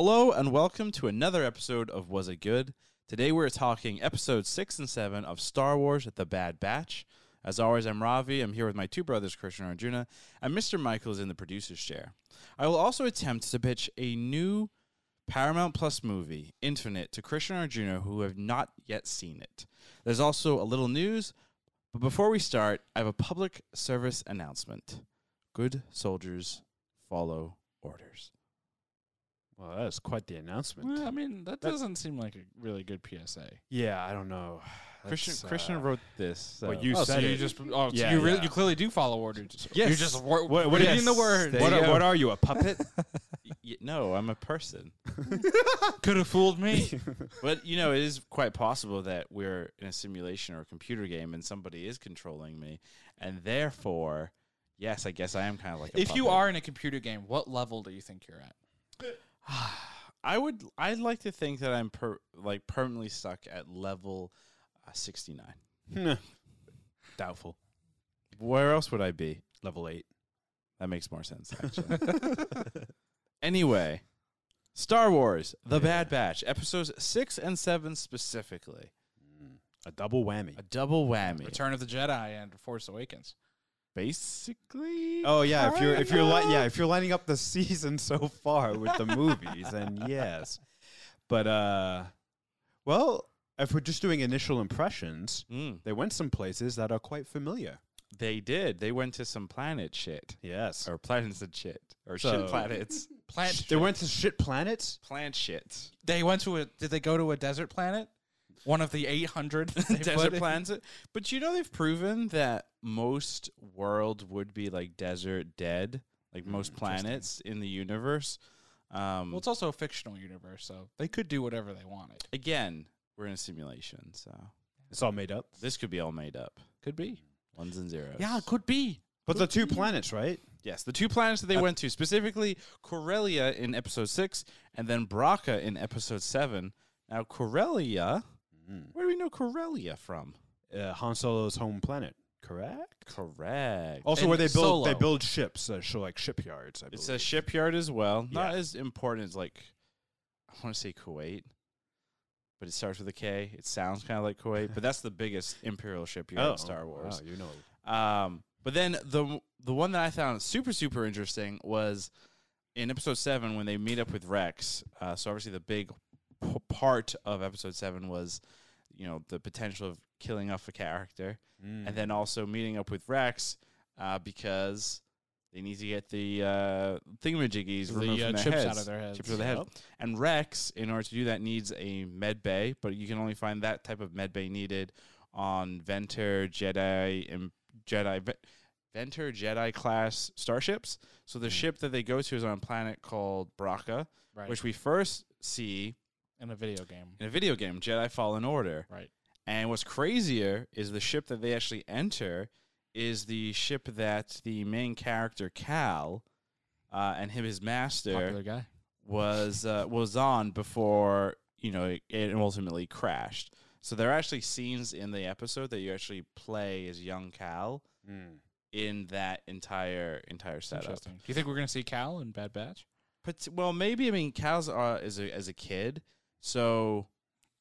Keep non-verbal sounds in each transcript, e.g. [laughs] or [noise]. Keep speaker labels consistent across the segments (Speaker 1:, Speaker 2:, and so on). Speaker 1: Hello and welcome to another episode of Was It Good? Today we're talking episode 6 and 7 of Star Wars The Bad Batch. As always, I'm Ravi. I'm here with my two brothers, Krishna and Arjuna, and Mr. Michael is in the producer's chair. I will also attempt to pitch a new Paramount Plus movie, Infinite, to Krishna and Arjuna who have not yet seen it. There's also a little news, but before we start, I have a public service announcement. Good soldiers follow orders.
Speaker 2: Well, that is quite the announcement.
Speaker 3: Well, I mean, that
Speaker 2: That-
Speaker 3: doesn't seem like a really good PSA.
Speaker 2: Yeah, I don't know. [sighs]
Speaker 1: Christian
Speaker 2: That's,
Speaker 1: Christian
Speaker 2: uh,
Speaker 1: wrote this. So.
Speaker 2: what you
Speaker 3: oh,
Speaker 2: said.
Speaker 3: so you
Speaker 2: it.
Speaker 3: just oh, so
Speaker 2: Yeah,
Speaker 3: you really
Speaker 2: yeah.
Speaker 3: you clearly do follow orders.
Speaker 2: [laughs]
Speaker 1: Yes.
Speaker 3: you're just wor-
Speaker 2: what, what,
Speaker 3: reading
Speaker 2: yes,
Speaker 3: the words.
Speaker 2: What,
Speaker 1: you
Speaker 2: are,
Speaker 1: go.
Speaker 2: what are you, a [laughs] puppet?
Speaker 1: Y- y- no, I'm a person.
Speaker 3: could have
Speaker 2: [laughs]
Speaker 3: fooled me?
Speaker 1: But you know, it is quite possible that we're in a simulation or a computer game, and somebody is controlling me, and therefore, yes, I guess I am kind of like. A
Speaker 3: if you
Speaker 1: puppet.
Speaker 3: are in a computer game, what level do you think you're at?
Speaker 1: I would. I'd like to think that I'm per, like permanently stuck at level uh, 69.
Speaker 2: uh, Doubtful.
Speaker 1: Where else would I be?
Speaker 2: Level eight.
Speaker 1: That makes more
Speaker 2: [laughs]
Speaker 1: sense. Actually. anyway, Star Wars: The Bad Batch, episodes six and seven specifically,
Speaker 2: A double whammy.
Speaker 1: a double whammy.
Speaker 3: Return of the Jedi and Force Awakens.
Speaker 1: basically.
Speaker 2: Oh yeah, if you're if you're li- yeah if you're lining up the [laughs] season so far with the movies, [laughs] then yes. But uh, well, if we're just doing initial impressions,
Speaker 1: Mm,
Speaker 2: they went some places that are quite familiar.
Speaker 1: they did. They went to some planet shit
Speaker 2: Yes,
Speaker 1: or planets and shit or
Speaker 2: So-
Speaker 1: shit
Speaker 2: [laughs]
Speaker 1: planets,
Speaker 3: Plant.
Speaker 2: they went to shit planets.
Speaker 1: plant
Speaker 2: [laughs]
Speaker 1: shit,
Speaker 3: They went to a. Did they go to a desert planet? One of the eight
Speaker 2: [laughs]
Speaker 3: hundred
Speaker 1: desert planets. But you know they've proven that most world would be like desert dead, like
Speaker 2: Mm,
Speaker 1: most planets in the universe. Um,
Speaker 3: Well, it's also a fictional universe, so they could do whatever they wanted.
Speaker 1: again, we're in a simulation, so
Speaker 2: It's all made up.
Speaker 1: this could be all made up.
Speaker 3: Could be.
Speaker 1: Ones and zeros.
Speaker 3: Yeah, it could be.
Speaker 2: But the two planets, right?
Speaker 1: Yes, the two planets that they went to, specifically Corellia in episode six, and then Braca in episode seven. Now Corellia,
Speaker 2: Mm.
Speaker 1: where do we know Corellia from?
Speaker 2: Uh, Han Solo's home planet, correct?
Speaker 1: Correct.
Speaker 2: Also,
Speaker 3: And
Speaker 2: where they build they
Speaker 3: Solo.
Speaker 2: build ships, uh, so like shipyards. I
Speaker 1: it's a
Speaker 2: believe.
Speaker 1: shipyard as well. Not
Speaker 2: Yeah.
Speaker 1: as important as like I want to say Kuwait, but it starts with a K. It sounds kind of like Kuwait, but that's the biggest imperial shipyard in Star Wars.
Speaker 2: Oh, Wow, you know,
Speaker 1: Um, but then the the one that I found super super interesting was in episode seven when they meet up with Rex. Uh, so obviously the big p- part of episode seven was you know the potential of killing off a character,
Speaker 3: Mm-hmm.
Speaker 1: and then also meeting up with Rex uh, because they need to get the uh, thingamajiggies removed
Speaker 3: The uh,
Speaker 1: from their
Speaker 3: chips
Speaker 1: heads.
Speaker 3: out of their heads.
Speaker 1: Chips out of their head. And Rex, in order to do that, needs a med bay, but you can only find that type of med bay needed on Venter Jedi and Jedi Ve- Venter Jedi class starships. So the ship that they go to is on a planet called Braca,
Speaker 3: Hmm. Right.
Speaker 1: which we first see
Speaker 3: in a video game.
Speaker 1: in a video game, Jedi Fallen Order.
Speaker 3: Right.
Speaker 1: And what's crazier is the ship that they actually enter is the ship that the main character Cal uh, and him his master
Speaker 3: Popular guy.
Speaker 1: was uh, was on before you know it, it ultimately crashed. So there are actually scenes in the episode that you actually play as young Cal
Speaker 2: Mm,
Speaker 1: in that entire entire setup.
Speaker 3: Interesting. Do you think we're gonna see Cal in Bad Batch?
Speaker 1: But well, maybe I mean Cal's uh, as a as a kid. So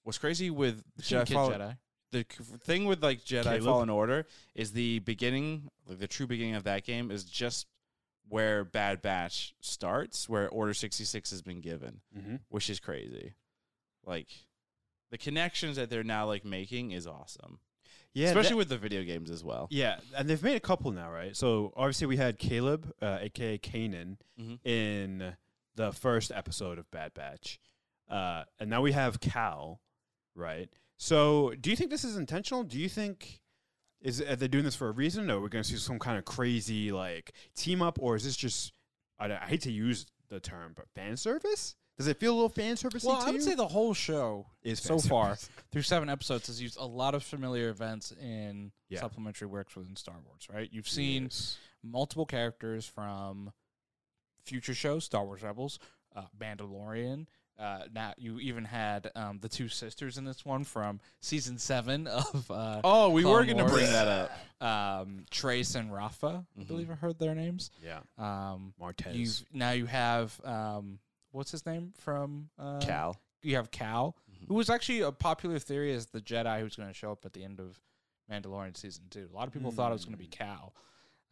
Speaker 1: what's crazy with
Speaker 3: Shin
Speaker 1: Jedi
Speaker 3: Kid
Speaker 1: Fall-
Speaker 3: Jedi.
Speaker 1: the c- thing with like Jedi
Speaker 2: Caleb?
Speaker 1: Fallen Order is the beginning, like the true beginning of that game is just where Bad Batch starts, where Order sixty six has been given
Speaker 2: Mhm.
Speaker 1: which is crazy. Like the connections that they're now like making is awesome,
Speaker 2: yeah,
Speaker 1: especially
Speaker 2: that-
Speaker 1: with the video games as well.
Speaker 2: yeah, and they've made a couple now, right? So obviously, we had Caleb, uh, aka Kanan,
Speaker 1: Mhm.
Speaker 3: Mm-hmm.
Speaker 2: in the first episode of Bad Batch, uh, and now we have Cal, right? So, do you think this is intentional? Do you think is are they doing this for a reason? Or we're going to see some kind of crazy like team up, or is this just? I, I hate to use the term, but fan service. Does it feel a little fan service?
Speaker 3: Well,
Speaker 2: to
Speaker 3: I would
Speaker 2: you?
Speaker 3: say the whole show
Speaker 2: is
Speaker 3: so
Speaker 2: fanservice.
Speaker 3: far [laughs] through seven episodes has used a lot of familiar events in
Speaker 2: Yeah.
Speaker 3: supplementary works within Star Wars, right? You've seen multiple characters from future shows, Star Wars Rebels, uh, Mandalorian. Uh, now you even had um, the two sisters in this one from season seven [laughs] of uh,
Speaker 1: Oh, we
Speaker 3: Clone
Speaker 1: were going to bring
Speaker 3: Wars.
Speaker 1: that up.
Speaker 2: Oh.
Speaker 3: um, Trace and Rafa. I believe I heard their names.
Speaker 2: Yeah,
Speaker 3: Um,
Speaker 2: Martez.
Speaker 3: you've now you have um, what's his name from uh,
Speaker 1: Cal.
Speaker 3: You have Cal,
Speaker 1: Mhm.
Speaker 2: Mm-hmm.
Speaker 3: who was actually a popular theory as the Jedi who's going to show up at the end of Mandalorian season two. A lot of people thought it was going
Speaker 2: Mm.
Speaker 3: to be Cal,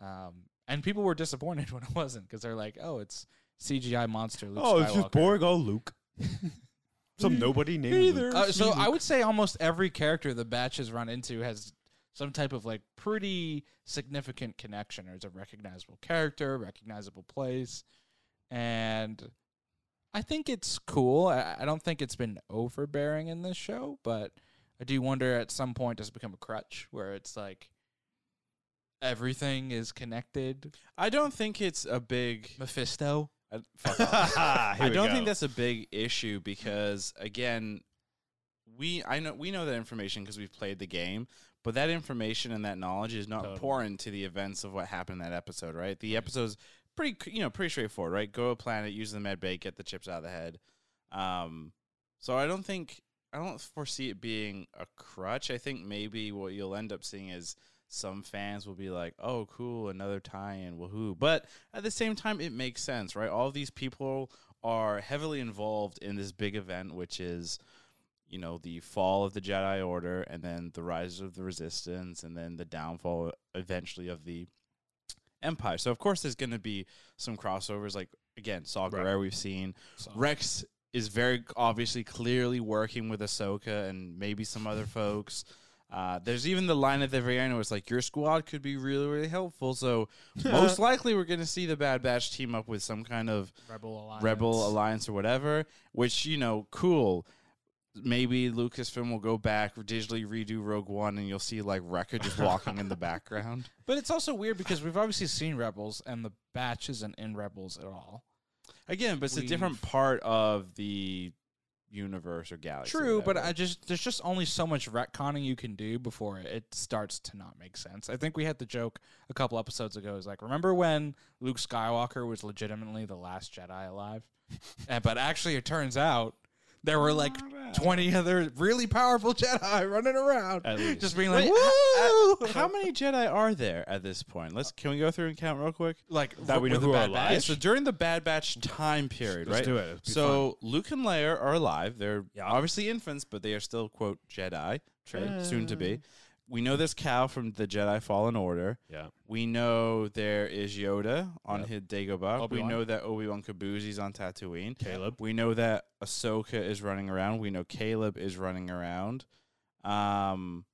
Speaker 3: um, and people were disappointed [laughs] when it wasn't because they're like, "Oh, it's CGI monster Luke
Speaker 2: oh, it's just
Speaker 3: Skywalker."
Speaker 2: boring old Luke. [laughs] Some [laughs] nobody named Luke.
Speaker 3: Uh, so I would say almost every character the batch has run into has some type of like pretty significant connection, or is a recognizable character, recognizable place, and I think it's cool. I, I don't think it's been overbearing in this show, but I do wonder at some point does it become a crutch where it's like everything is connected.
Speaker 1: I don't think it's a big.
Speaker 3: Mephisto.
Speaker 1: I, fuck off.
Speaker 2: I
Speaker 1: I don't think that's a big issue because again, we I know we know that information because we've played the game, but that information and that knowledge is not
Speaker 3: Totally.
Speaker 1: important to the events of what happened in that episode, right? The episode's pretty c- you know pretty straightforward, right? Go to a planet, use the med bay, get the chips out of the head. Um, so I don't think I don't foresee it being a crutch. I think maybe what you'll end up seeing is some fans will be like, "Oh, cool, another tie-in, woohoo!" But at the same time, it makes sense, right? All these people are heavily involved in this big event, which is, you know, the fall of the Jedi Order, and then the rise of the Resistance, and then the downfall eventually of the Empire. So of course, there's going to be some crossovers, like again, Saw
Speaker 2: Right.
Speaker 1: Gerrera we've seen,
Speaker 3: So.
Speaker 1: Rex is very obviously clearly working with Ahsoka and maybe some other folks. Uh, there's even the line at the very end where it's like your squad could be really really helpful. So most likely we're going to see the Bad Batch team up with some kind of
Speaker 3: Rebel Alliance.
Speaker 1: Rebel Alliance or whatever. Which you know, cool. Maybe Lucasfilm will go back digitally redo Rogue One and you'll see like Wrecker just walking
Speaker 3: [laughs]
Speaker 1: in the background.
Speaker 3: But it's also weird because we've obviously seen Rebels, and the batch isn't in Rebels at all.
Speaker 1: Again, but it's a different
Speaker 3: We've-
Speaker 1: part of the universe or galaxy. or
Speaker 3: True, but
Speaker 1: whatever.
Speaker 3: I just there's just only so much retconning you can do before it starts to not make sense. I think we had the joke a couple episodes ago. Is like, remember when Luke Skywalker was legitimately the last
Speaker 2: [laughs]
Speaker 3: Jedi alive? and, but actually, it turns out there were like 20 other really powerful [laughs] Jedi running around,
Speaker 2: [laughs] At least.
Speaker 3: just being like,
Speaker 1: Wait,
Speaker 3: "Woo!" [laughs]
Speaker 1: h- How many Jedi are there at this point? Let's can we go through and count real quick?
Speaker 3: like
Speaker 2: That we
Speaker 3: with
Speaker 2: know
Speaker 3: the
Speaker 2: who are
Speaker 3: Bad
Speaker 2: alive?
Speaker 1: Yeah,
Speaker 3: Batch.
Speaker 1: so during the Bad Batch time period,
Speaker 2: Let's
Speaker 1: right?
Speaker 2: do it. It'd be
Speaker 1: So Luke and Leia are alive. They're obviously infants, but they are still quote Jedi, tra- soon to be. We know there's Cal from the Jedi Fallen Order.
Speaker 2: yeah.
Speaker 1: We know there is Yoda on his Dagobah.
Speaker 3: Obi-Wan.
Speaker 1: We know that Obi Wan Kabuzi's on Tatooine.
Speaker 2: Caleb.
Speaker 1: We know that Ahsoka is running around. We know Caleb is running around. Um,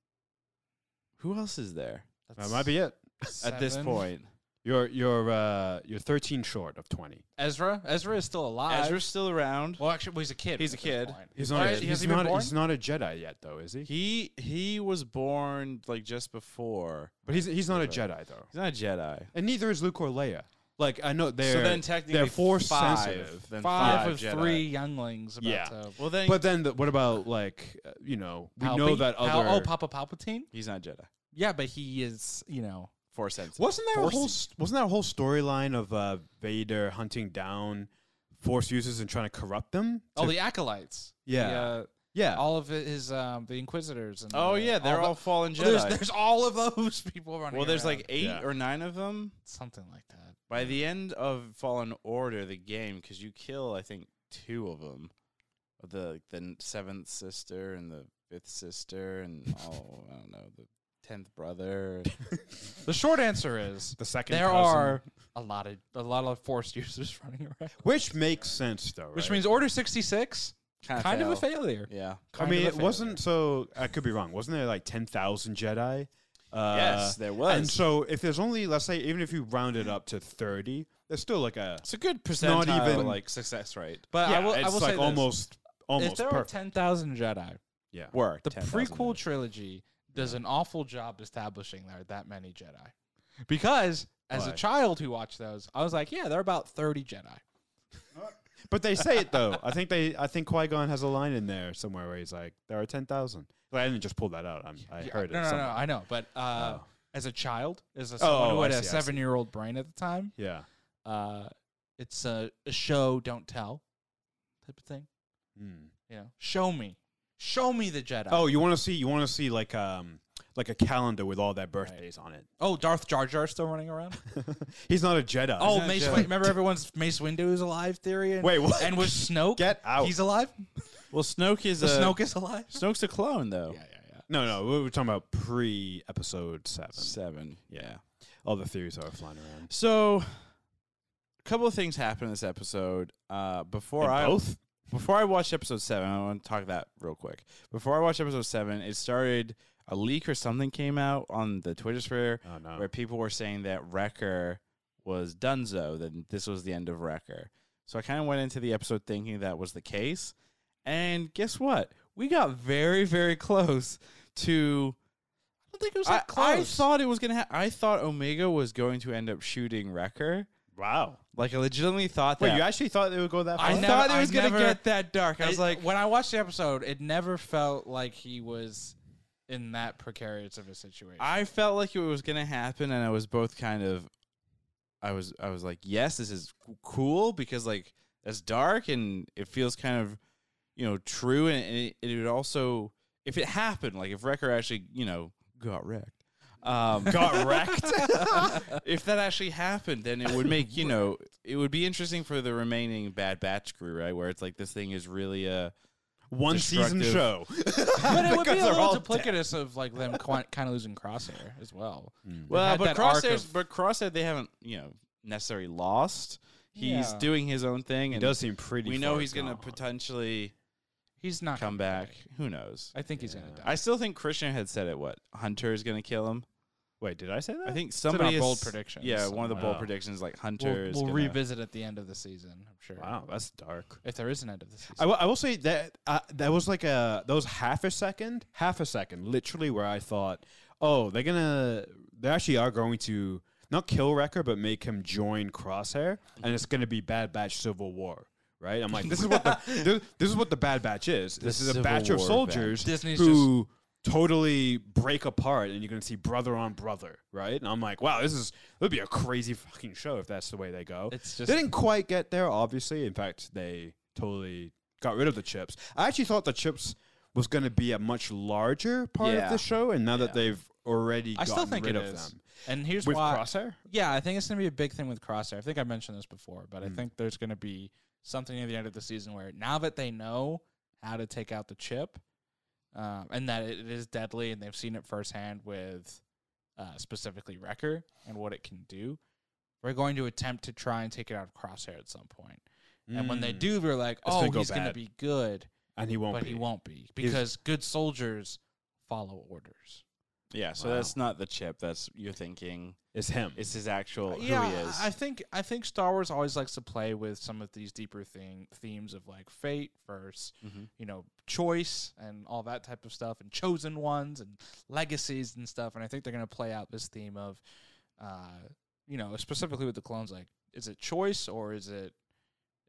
Speaker 1: who else is there
Speaker 2: That might be it.
Speaker 1: at this
Speaker 3: Seven.
Speaker 1: point?
Speaker 2: You're you're uh you're 13 short of 20.
Speaker 3: Ezra. Ezra is still alive.
Speaker 1: Ezra's still around.
Speaker 3: Well, actually, well, he's a kid.
Speaker 1: He's a
Speaker 3: at this
Speaker 1: kid.
Speaker 3: point.
Speaker 2: He's
Speaker 3: All
Speaker 2: not.
Speaker 3: right,
Speaker 2: a,
Speaker 3: he
Speaker 2: he's
Speaker 3: hasn't been
Speaker 2: not.
Speaker 3: born?
Speaker 2: He's not a Jedi yet, though, is he?
Speaker 1: He he was born like just before.
Speaker 2: But he's he's not a Jedi though,
Speaker 1: He's not a Jedi.
Speaker 2: and neither is Luke or Leia. Like I know they're
Speaker 1: so then technically
Speaker 2: they're force
Speaker 1: five,
Speaker 2: sensitive.
Speaker 1: Then
Speaker 3: five,
Speaker 1: five,
Speaker 3: of
Speaker 1: Jedi.
Speaker 3: three younglings about
Speaker 2: Yeah.
Speaker 3: to.
Speaker 1: Well then,
Speaker 2: But then the, what about like uh, you know we know
Speaker 3: Palpy-
Speaker 2: that
Speaker 3: Pal-
Speaker 2: other
Speaker 3: oh, Papa Palpatine.
Speaker 1: he's not Jedi.
Speaker 3: Yeah, but he is. You know,
Speaker 1: Force sensitive.
Speaker 2: Wasn't there
Speaker 1: Force-
Speaker 2: a whole s- wasn't there a whole storyline of uh, Vader hunting down Force users and trying to corrupt them?
Speaker 3: all
Speaker 2: To-
Speaker 3: the acolytes.
Speaker 2: yeah,
Speaker 3: The,
Speaker 2: yeah,
Speaker 3: uh, all of his um, the Inquisitors. And
Speaker 1: Oh
Speaker 3: the-
Speaker 1: yeah, they're all,
Speaker 3: the-
Speaker 1: fallen Jedi.
Speaker 3: [laughs] There's, there's all of those [laughs] people running.
Speaker 1: well, there's
Speaker 3: around.
Speaker 1: like eight
Speaker 2: Yeah.
Speaker 1: or nine of them.
Speaker 3: something like that.
Speaker 1: By the end of Fallen Order, the game, because you kill, I think, two of them, the the seventh sister and the fifth sister,
Speaker 2: [laughs]
Speaker 1: and oh, I don't know, the tenth brother.
Speaker 3: The short answer is
Speaker 2: the second.
Speaker 3: there
Speaker 2: cousin.
Speaker 3: are a lot of a lot of Force [laughs] users running around,
Speaker 2: which makes sense though,
Speaker 3: which
Speaker 2: right?
Speaker 3: means Order sixty six
Speaker 1: Kinda
Speaker 3: kind of a
Speaker 1: fail.
Speaker 3: failure.
Speaker 1: Yeah.
Speaker 2: I
Speaker 3: Kind
Speaker 2: mean
Speaker 3: of a
Speaker 2: it
Speaker 3: failure.
Speaker 2: wasn't so. I could be wrong. Wasn't there like ten thousand Jedi? Uh,
Speaker 1: yes, there was.
Speaker 2: And so if there's only let's say even if you round it up to thirty, there's still like a
Speaker 1: it's a good percentile,
Speaker 2: not
Speaker 3: Oh,
Speaker 2: even-
Speaker 1: like success rate.
Speaker 3: But
Speaker 2: yeah,
Speaker 3: Uh, I will,
Speaker 2: it's
Speaker 3: I will
Speaker 2: like
Speaker 3: say this.
Speaker 2: almost
Speaker 3: if
Speaker 2: almost
Speaker 3: there are
Speaker 2: perfect.
Speaker 3: ten thousand Jedi,
Speaker 2: yeah.
Speaker 1: Were
Speaker 3: The
Speaker 1: 10,000.
Speaker 3: prequel trilogy does an awful job establishing there are that many Jedi. Because as
Speaker 2: Why?
Speaker 3: a child who watched those, I was like, yeah, there are about 30 Jedi.
Speaker 2: But they say it though. I think they. I think Qui Gon has a line in there somewhere where he's like, "There are ten thousand. I didn't just pull that out. I'm, I
Speaker 3: Yeah,
Speaker 2: heard
Speaker 3: no,
Speaker 2: it.
Speaker 3: No, no,
Speaker 2: somewhere.
Speaker 3: I know. But uh,
Speaker 2: Oh.
Speaker 3: as a child, as a, someone
Speaker 2: oh,
Speaker 3: who
Speaker 2: I
Speaker 3: had a
Speaker 2: see, I see.
Speaker 3: seven year old brain at the time,
Speaker 2: Yeah.
Speaker 3: uh, it's a, a show, don't tell type of thing.
Speaker 2: Mm.
Speaker 3: You know, show me. Show me the Jedi.
Speaker 2: Oh, you want to see? You want to see like um like a calendar with all their birthdays on it.
Speaker 3: Oh, Darth Jar Jar still running
Speaker 2: [laughs]
Speaker 3: around.
Speaker 2: He's not a Jedi.
Speaker 3: Oh,
Speaker 1: not
Speaker 3: Mace.
Speaker 1: Jedi.
Speaker 3: Wait, remember everyone's Mace Windu is alive theory. And,
Speaker 2: Wait, what? [laughs]
Speaker 3: And with Snoke,
Speaker 2: Get out.
Speaker 3: He's alive.
Speaker 1: Well, Snoke is
Speaker 3: The
Speaker 1: a
Speaker 3: Snoke is alive.
Speaker 1: Snoke's a clone though.
Speaker 3: yeah, yeah.
Speaker 2: no, no, we were talking about pre episode seven.
Speaker 1: Seven.
Speaker 2: Yeah. All the theories are flying around.
Speaker 1: So, a couple of things happened in this episode. Uh, before
Speaker 2: And
Speaker 1: I
Speaker 2: both?
Speaker 1: before I watched episode seven, I want to talk that real quick. Before I watched episode seven, it started a leak or something came out on the Twitter sphere
Speaker 2: Oh no.
Speaker 1: where people were saying that Wrecker was Dunzo, that this was the end of Wrecker. So I kind of went into the episode thinking that was the case, and guess what? We got very very close to
Speaker 3: I don't think it was
Speaker 1: I,
Speaker 3: that close.
Speaker 1: I thought it was gonna. Ha- I thought Omega was going to end up shooting Wrecker.
Speaker 2: Wow.
Speaker 1: Like I legitimately thought that.
Speaker 2: Wait, you actually thought they would go that far?
Speaker 3: I
Speaker 1: I,
Speaker 3: never-
Speaker 1: thought it
Speaker 3: I
Speaker 1: was gonna
Speaker 3: never-
Speaker 1: get that dark. I was like,
Speaker 3: when I watched the episode, it never felt like he was in that precarious of a situation.
Speaker 1: I felt like it was gonna happen, and I was both kind of, I was, I was like, yes, this is c- cool because like that's dark and it feels kind of, you know, true, and it, it would also, if it happened, like if Wrecker actually, you know, got wrecked. Um,
Speaker 2: [laughs] got wrecked.
Speaker 1: [laughs] if that actually happened, then it would make you know it would be interesting for the remaining Bad Batch crew, right? Where it's like this thing is really a
Speaker 2: One season show. [laughs]
Speaker 1: [laughs]
Speaker 3: but it would be
Speaker 2: Because
Speaker 3: a
Speaker 2: they're all
Speaker 3: little
Speaker 2: dead.
Speaker 3: duplicitous of like them [laughs] kind of losing Crosshair as well.
Speaker 2: Hmm.
Speaker 1: well,
Speaker 3: had
Speaker 1: but
Speaker 3: that arc
Speaker 1: Crosshair's
Speaker 3: of-
Speaker 1: but Crosshair they haven't you know necessarily lost. He's
Speaker 3: Yeah.
Speaker 1: doing his own thing,
Speaker 2: It
Speaker 1: and
Speaker 2: does seem pretty.
Speaker 1: we know
Speaker 2: far
Speaker 1: he's going to
Speaker 2: gone.
Speaker 1: potentially
Speaker 3: He's not
Speaker 1: come
Speaker 3: gonna
Speaker 1: back. Who knows?
Speaker 3: I think he's gonna die.
Speaker 1: I still think Krishna had said it. What Hunter is going to kill him?
Speaker 2: Wait, did I say that?
Speaker 1: I think somebody
Speaker 3: bold
Speaker 1: has-
Speaker 3: predictions
Speaker 1: Yeah, one of the bold
Speaker 2: somewhere.
Speaker 1: predictions like
Speaker 3: we'll,
Speaker 1: Hunter. is
Speaker 3: we'll
Speaker 1: gonna-
Speaker 3: revisit at the end of the season. I'm sure.
Speaker 2: Wow, that's dark.
Speaker 3: If there is an end of the season,
Speaker 2: I will- I will say that uh, that was like a that was half a second, half a second, literally where I thought, oh, they're gonna, they actually are going to not kill Wrecker, but make him join Crosshair, and it's gonna be Bad Batch Civil War, right? I'm like, this is
Speaker 1: [laughs]
Speaker 2: what the this, this is what the Bad Batch is. This is
Speaker 1: Civil
Speaker 2: a batch of
Speaker 1: War
Speaker 2: soldiers
Speaker 3: Disney's
Speaker 2: who totally break apart, and you're gonna see brother on brother, right? And I'm like, wow, this is it would be a crazy fucking show if that's the way they go
Speaker 3: it's just
Speaker 2: they didn't quite get there, obviously. In fact, they totally got rid of the chips. I actually thought the chips was going to be a much larger part
Speaker 1: Yeah.
Speaker 2: of the show, and now
Speaker 1: Yeah.
Speaker 2: that they've already
Speaker 3: I
Speaker 2: gotten
Speaker 3: still think
Speaker 2: rid
Speaker 3: it
Speaker 2: of
Speaker 3: is.
Speaker 2: them
Speaker 3: And here's
Speaker 2: with
Speaker 3: why.
Speaker 2: Crosshair,
Speaker 3: Yeah, I think it's going to be a big thing with Crosshair. I think I mentioned this before, but I
Speaker 2: Hmm.
Speaker 3: think there's going to be something at the end of the season where now that they know how to take out the chip um, and that it is deadly and they've seen it firsthand with uh, specifically Wrecker and what it can do, we're going to attempt to try and take it out of Crosshair at some point. And when they
Speaker 2: Mm.
Speaker 3: do, we're like,
Speaker 2: gonna
Speaker 3: oh,
Speaker 2: go
Speaker 3: he's going to
Speaker 2: bad.
Speaker 3: be good,
Speaker 2: and he won't,
Speaker 3: but
Speaker 2: be.
Speaker 3: he won't be because good soldiers follow orders.
Speaker 1: Yeah, so
Speaker 2: Wow.
Speaker 1: that's not the chip. That's you're thinking.
Speaker 2: It's him.
Speaker 1: It's his actual
Speaker 3: yeah,
Speaker 1: who he is.
Speaker 3: I I think I think Star Wars always likes to play with some of these deeper thing themes of like fate versus
Speaker 1: Mhm.
Speaker 3: you know choice and all that type of stuff and chosen ones and legacies and stuff. And I think they're gonna play out this theme of, uh, you know, specifically with the clones, like is it choice or is it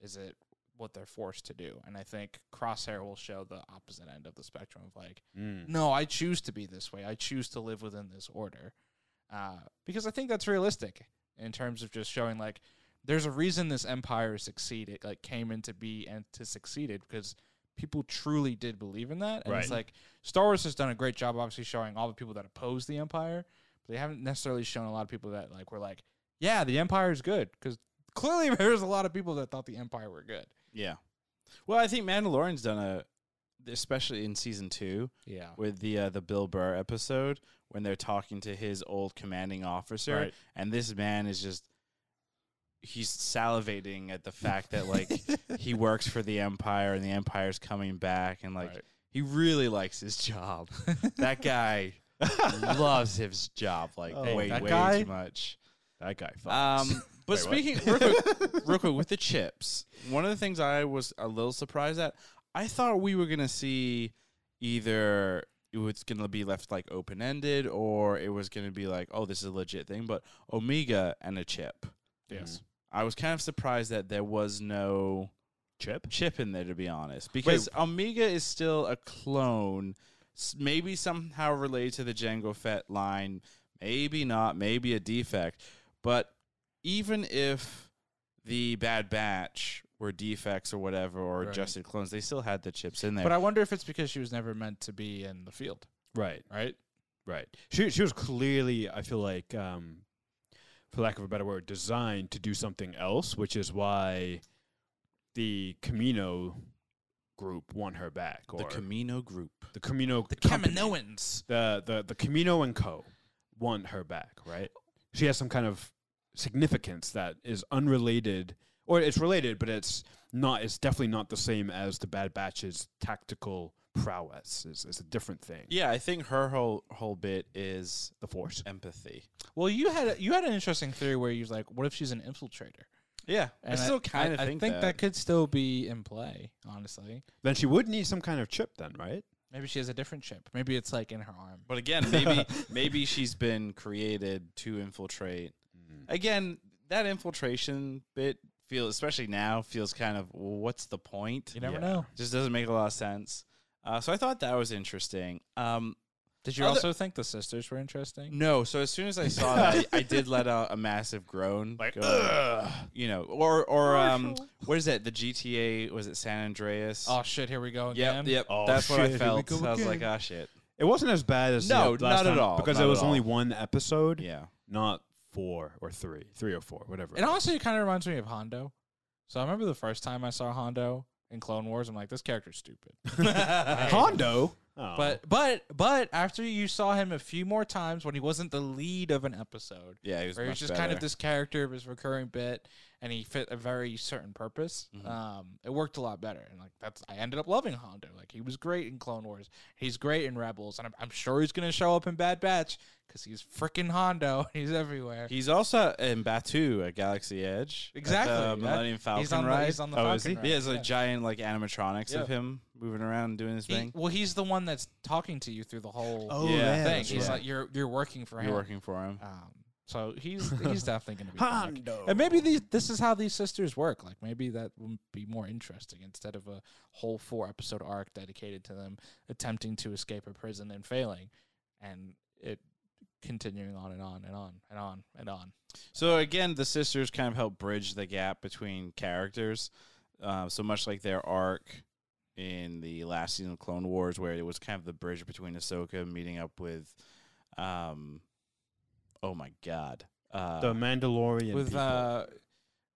Speaker 3: is it what they're forced to do? And I think Crosshair will show the opposite end of the spectrum of like [laughs]
Speaker 2: Mm.
Speaker 3: no, I choose to be this way. I choose to live within this order. Uh, because I think that's realistic in terms of just showing like there's a reason this empire succeeded, like came into be and to succeeded because people truly did believe in that. And it's
Speaker 2: Right.
Speaker 3: like Star Wars has done a great job obviously showing all the people that oppose the empire, but they haven't necessarily shown a lot of people that like were like, yeah, the empire is good because clearly [laughs] there's a lot of people that thought the empire were good.
Speaker 1: yeah. Well, I think Mandalorian's done a, especially in season two
Speaker 3: Yeah.
Speaker 1: with the uh, the Bill Burr episode when they're talking to his old commanding officer,
Speaker 2: Right.
Speaker 1: and this man is just he's salivating at the fact that
Speaker 2: [laughs]
Speaker 1: like he works for the Empire and the Empire's coming back, and like
Speaker 3: Right.
Speaker 1: he really likes his job. that guy loves his job like
Speaker 2: Oh,
Speaker 1: way
Speaker 3: that
Speaker 1: way
Speaker 3: guy?
Speaker 1: too much.
Speaker 2: That guy. [laughs]
Speaker 1: Um, but
Speaker 2: Wait,
Speaker 1: speaking real quick, [laughs] real quick with the chips, one of the things I was a little surprised at, I thought we were gonna see either it was gonna be left like open ended or it was gonna be like, oh, this is a legit thing. But Omega and a chip,
Speaker 3: Yes.
Speaker 1: I was kind of surprised that there was no
Speaker 2: Chip.
Speaker 1: chip in there to be honest, because Omega is still a clone, s- maybe somehow related to the Jango Fett line, maybe not, maybe a defect. But even if the Bad Batch were defects or whatever, or
Speaker 3: Right.
Speaker 1: adjusted clones, they still had the chips in there.
Speaker 3: But I wonder if it's because she was never meant to be in the field,
Speaker 2: [laughs] Right.
Speaker 3: right?
Speaker 2: Right. She she was clearly, I feel like, um, for lack of a better word, designed to do something else, which is why the Camino group won her back. Or
Speaker 1: The Camino Group.
Speaker 2: the Camino
Speaker 3: The
Speaker 2: company.
Speaker 3: Kaminoans.
Speaker 2: the the the Camino and Co. want her back, right? She has some kind of significance that is unrelated, or it's related, but it's not. It's definitely not the same as the Bad Batch's tactical prowess. It's, it's a different thing.
Speaker 1: Yeah, I think her whole whole bit is
Speaker 2: The Force.
Speaker 1: empathy.
Speaker 3: Well, you had a, you had an interesting theory where you was like, what if she's an infiltrator?
Speaker 1: Yeah, I
Speaker 3: And
Speaker 1: still kind of
Speaker 3: I
Speaker 1: think,
Speaker 3: think
Speaker 1: that.
Speaker 3: could still be in play. Honestly,
Speaker 2: Then she would need some kind of chip, then, right?
Speaker 3: maybe she has a different chip. Maybe it's like in her arm.
Speaker 1: But again,
Speaker 3: [laughs]
Speaker 1: maybe maybe she's been created to infiltrate.
Speaker 3: Mm.
Speaker 1: Again, that infiltration bit feels, especially now, feels kind of well, what's the point?
Speaker 3: You never
Speaker 2: Yeah.
Speaker 3: know.
Speaker 1: Just doesn't make a lot of sense. Uh, so I thought that was interesting. Um,
Speaker 3: Did you
Speaker 1: Other-
Speaker 3: also think the sisters were interesting?
Speaker 1: no, so as soon as I saw that, I, I did let out a massive groan.
Speaker 2: Like, uh,
Speaker 1: going, you know, or or um, what is that? The GTA was it San Andreas?
Speaker 3: Oh shit! Here we go
Speaker 1: yep,
Speaker 3: again.
Speaker 1: yep.
Speaker 2: Oh,
Speaker 1: that's what
Speaker 2: shit,
Speaker 1: I
Speaker 2: here we
Speaker 1: felt.
Speaker 2: go
Speaker 1: I was like,
Speaker 2: again.
Speaker 1: ah, shit.
Speaker 2: It wasn't as bad as the
Speaker 1: No,
Speaker 2: last
Speaker 1: not at
Speaker 2: time
Speaker 1: all,
Speaker 2: because
Speaker 1: not
Speaker 2: there
Speaker 1: at
Speaker 2: was only
Speaker 1: all.
Speaker 2: one episode,
Speaker 3: [laughs]
Speaker 1: Yeah.
Speaker 2: not four or three, three or four, whatever.
Speaker 3: And honestly, it kind of reminds me of Hondo. So I remember the first time I saw Hondo in Clone Wars. I'm like, this
Speaker 1: [laughs]
Speaker 3: character's stupid.
Speaker 2: Hondo. Oh.
Speaker 3: But but but after you saw him a few more times when he wasn't the lead of an episode,
Speaker 1: Yeah, it was
Speaker 3: where
Speaker 1: much
Speaker 3: he's just
Speaker 1: better.
Speaker 3: kind of this character of his recurring bit, and he fit a very certain purpose.
Speaker 1: Mhm.
Speaker 3: Um, it worked a lot better, and like that's I ended up loving Hondo. Like he was great in Clone Wars, he's great in Rebels, and I'm, I'm sure he's gonna show up in Bad Batch because he's freaking Hondo. [laughs] He's everywhere.
Speaker 1: He's also in Batu at Galaxy Edge. at
Speaker 3: Exactly,
Speaker 1: the
Speaker 3: that-
Speaker 1: Millennium Falcon
Speaker 3: he's on
Speaker 1: ride.
Speaker 3: the he's on the
Speaker 2: Oh,
Speaker 3: Falcon
Speaker 2: is he?
Speaker 3: ride,
Speaker 1: yeah, it's like
Speaker 3: yeah.
Speaker 1: giant like animatronics of
Speaker 2: Yeah.
Speaker 1: him moving around and doing his
Speaker 3: He-
Speaker 1: thing.
Speaker 3: well, he's the one that's talking to you through the whole
Speaker 2: oh,
Speaker 1: Yeah.
Speaker 2: yeah,
Speaker 3: thing.
Speaker 2: that's
Speaker 3: He's
Speaker 2: right.
Speaker 3: like you're you're working for him.
Speaker 1: You're working for him.
Speaker 3: Um, so he's
Speaker 1: [laughs]
Speaker 3: he's definitely going to be back.
Speaker 2: Hondo.
Speaker 3: And maybe these this is how these sisters work. Like maybe that would be more interesting instead of a whole four episode arc dedicated to them attempting to escape a prison and failing, and it continuing on and on and on and on and on.
Speaker 1: So again, the sisters kind of help bridge the gap between characters. Uh, so much like their arc in the last season of Clone Wars, where it was kind of the bridge between Ahsoka meeting up with, um, oh my god, uh,
Speaker 2: the Mandalorian
Speaker 3: with
Speaker 2: people.
Speaker 3: uh,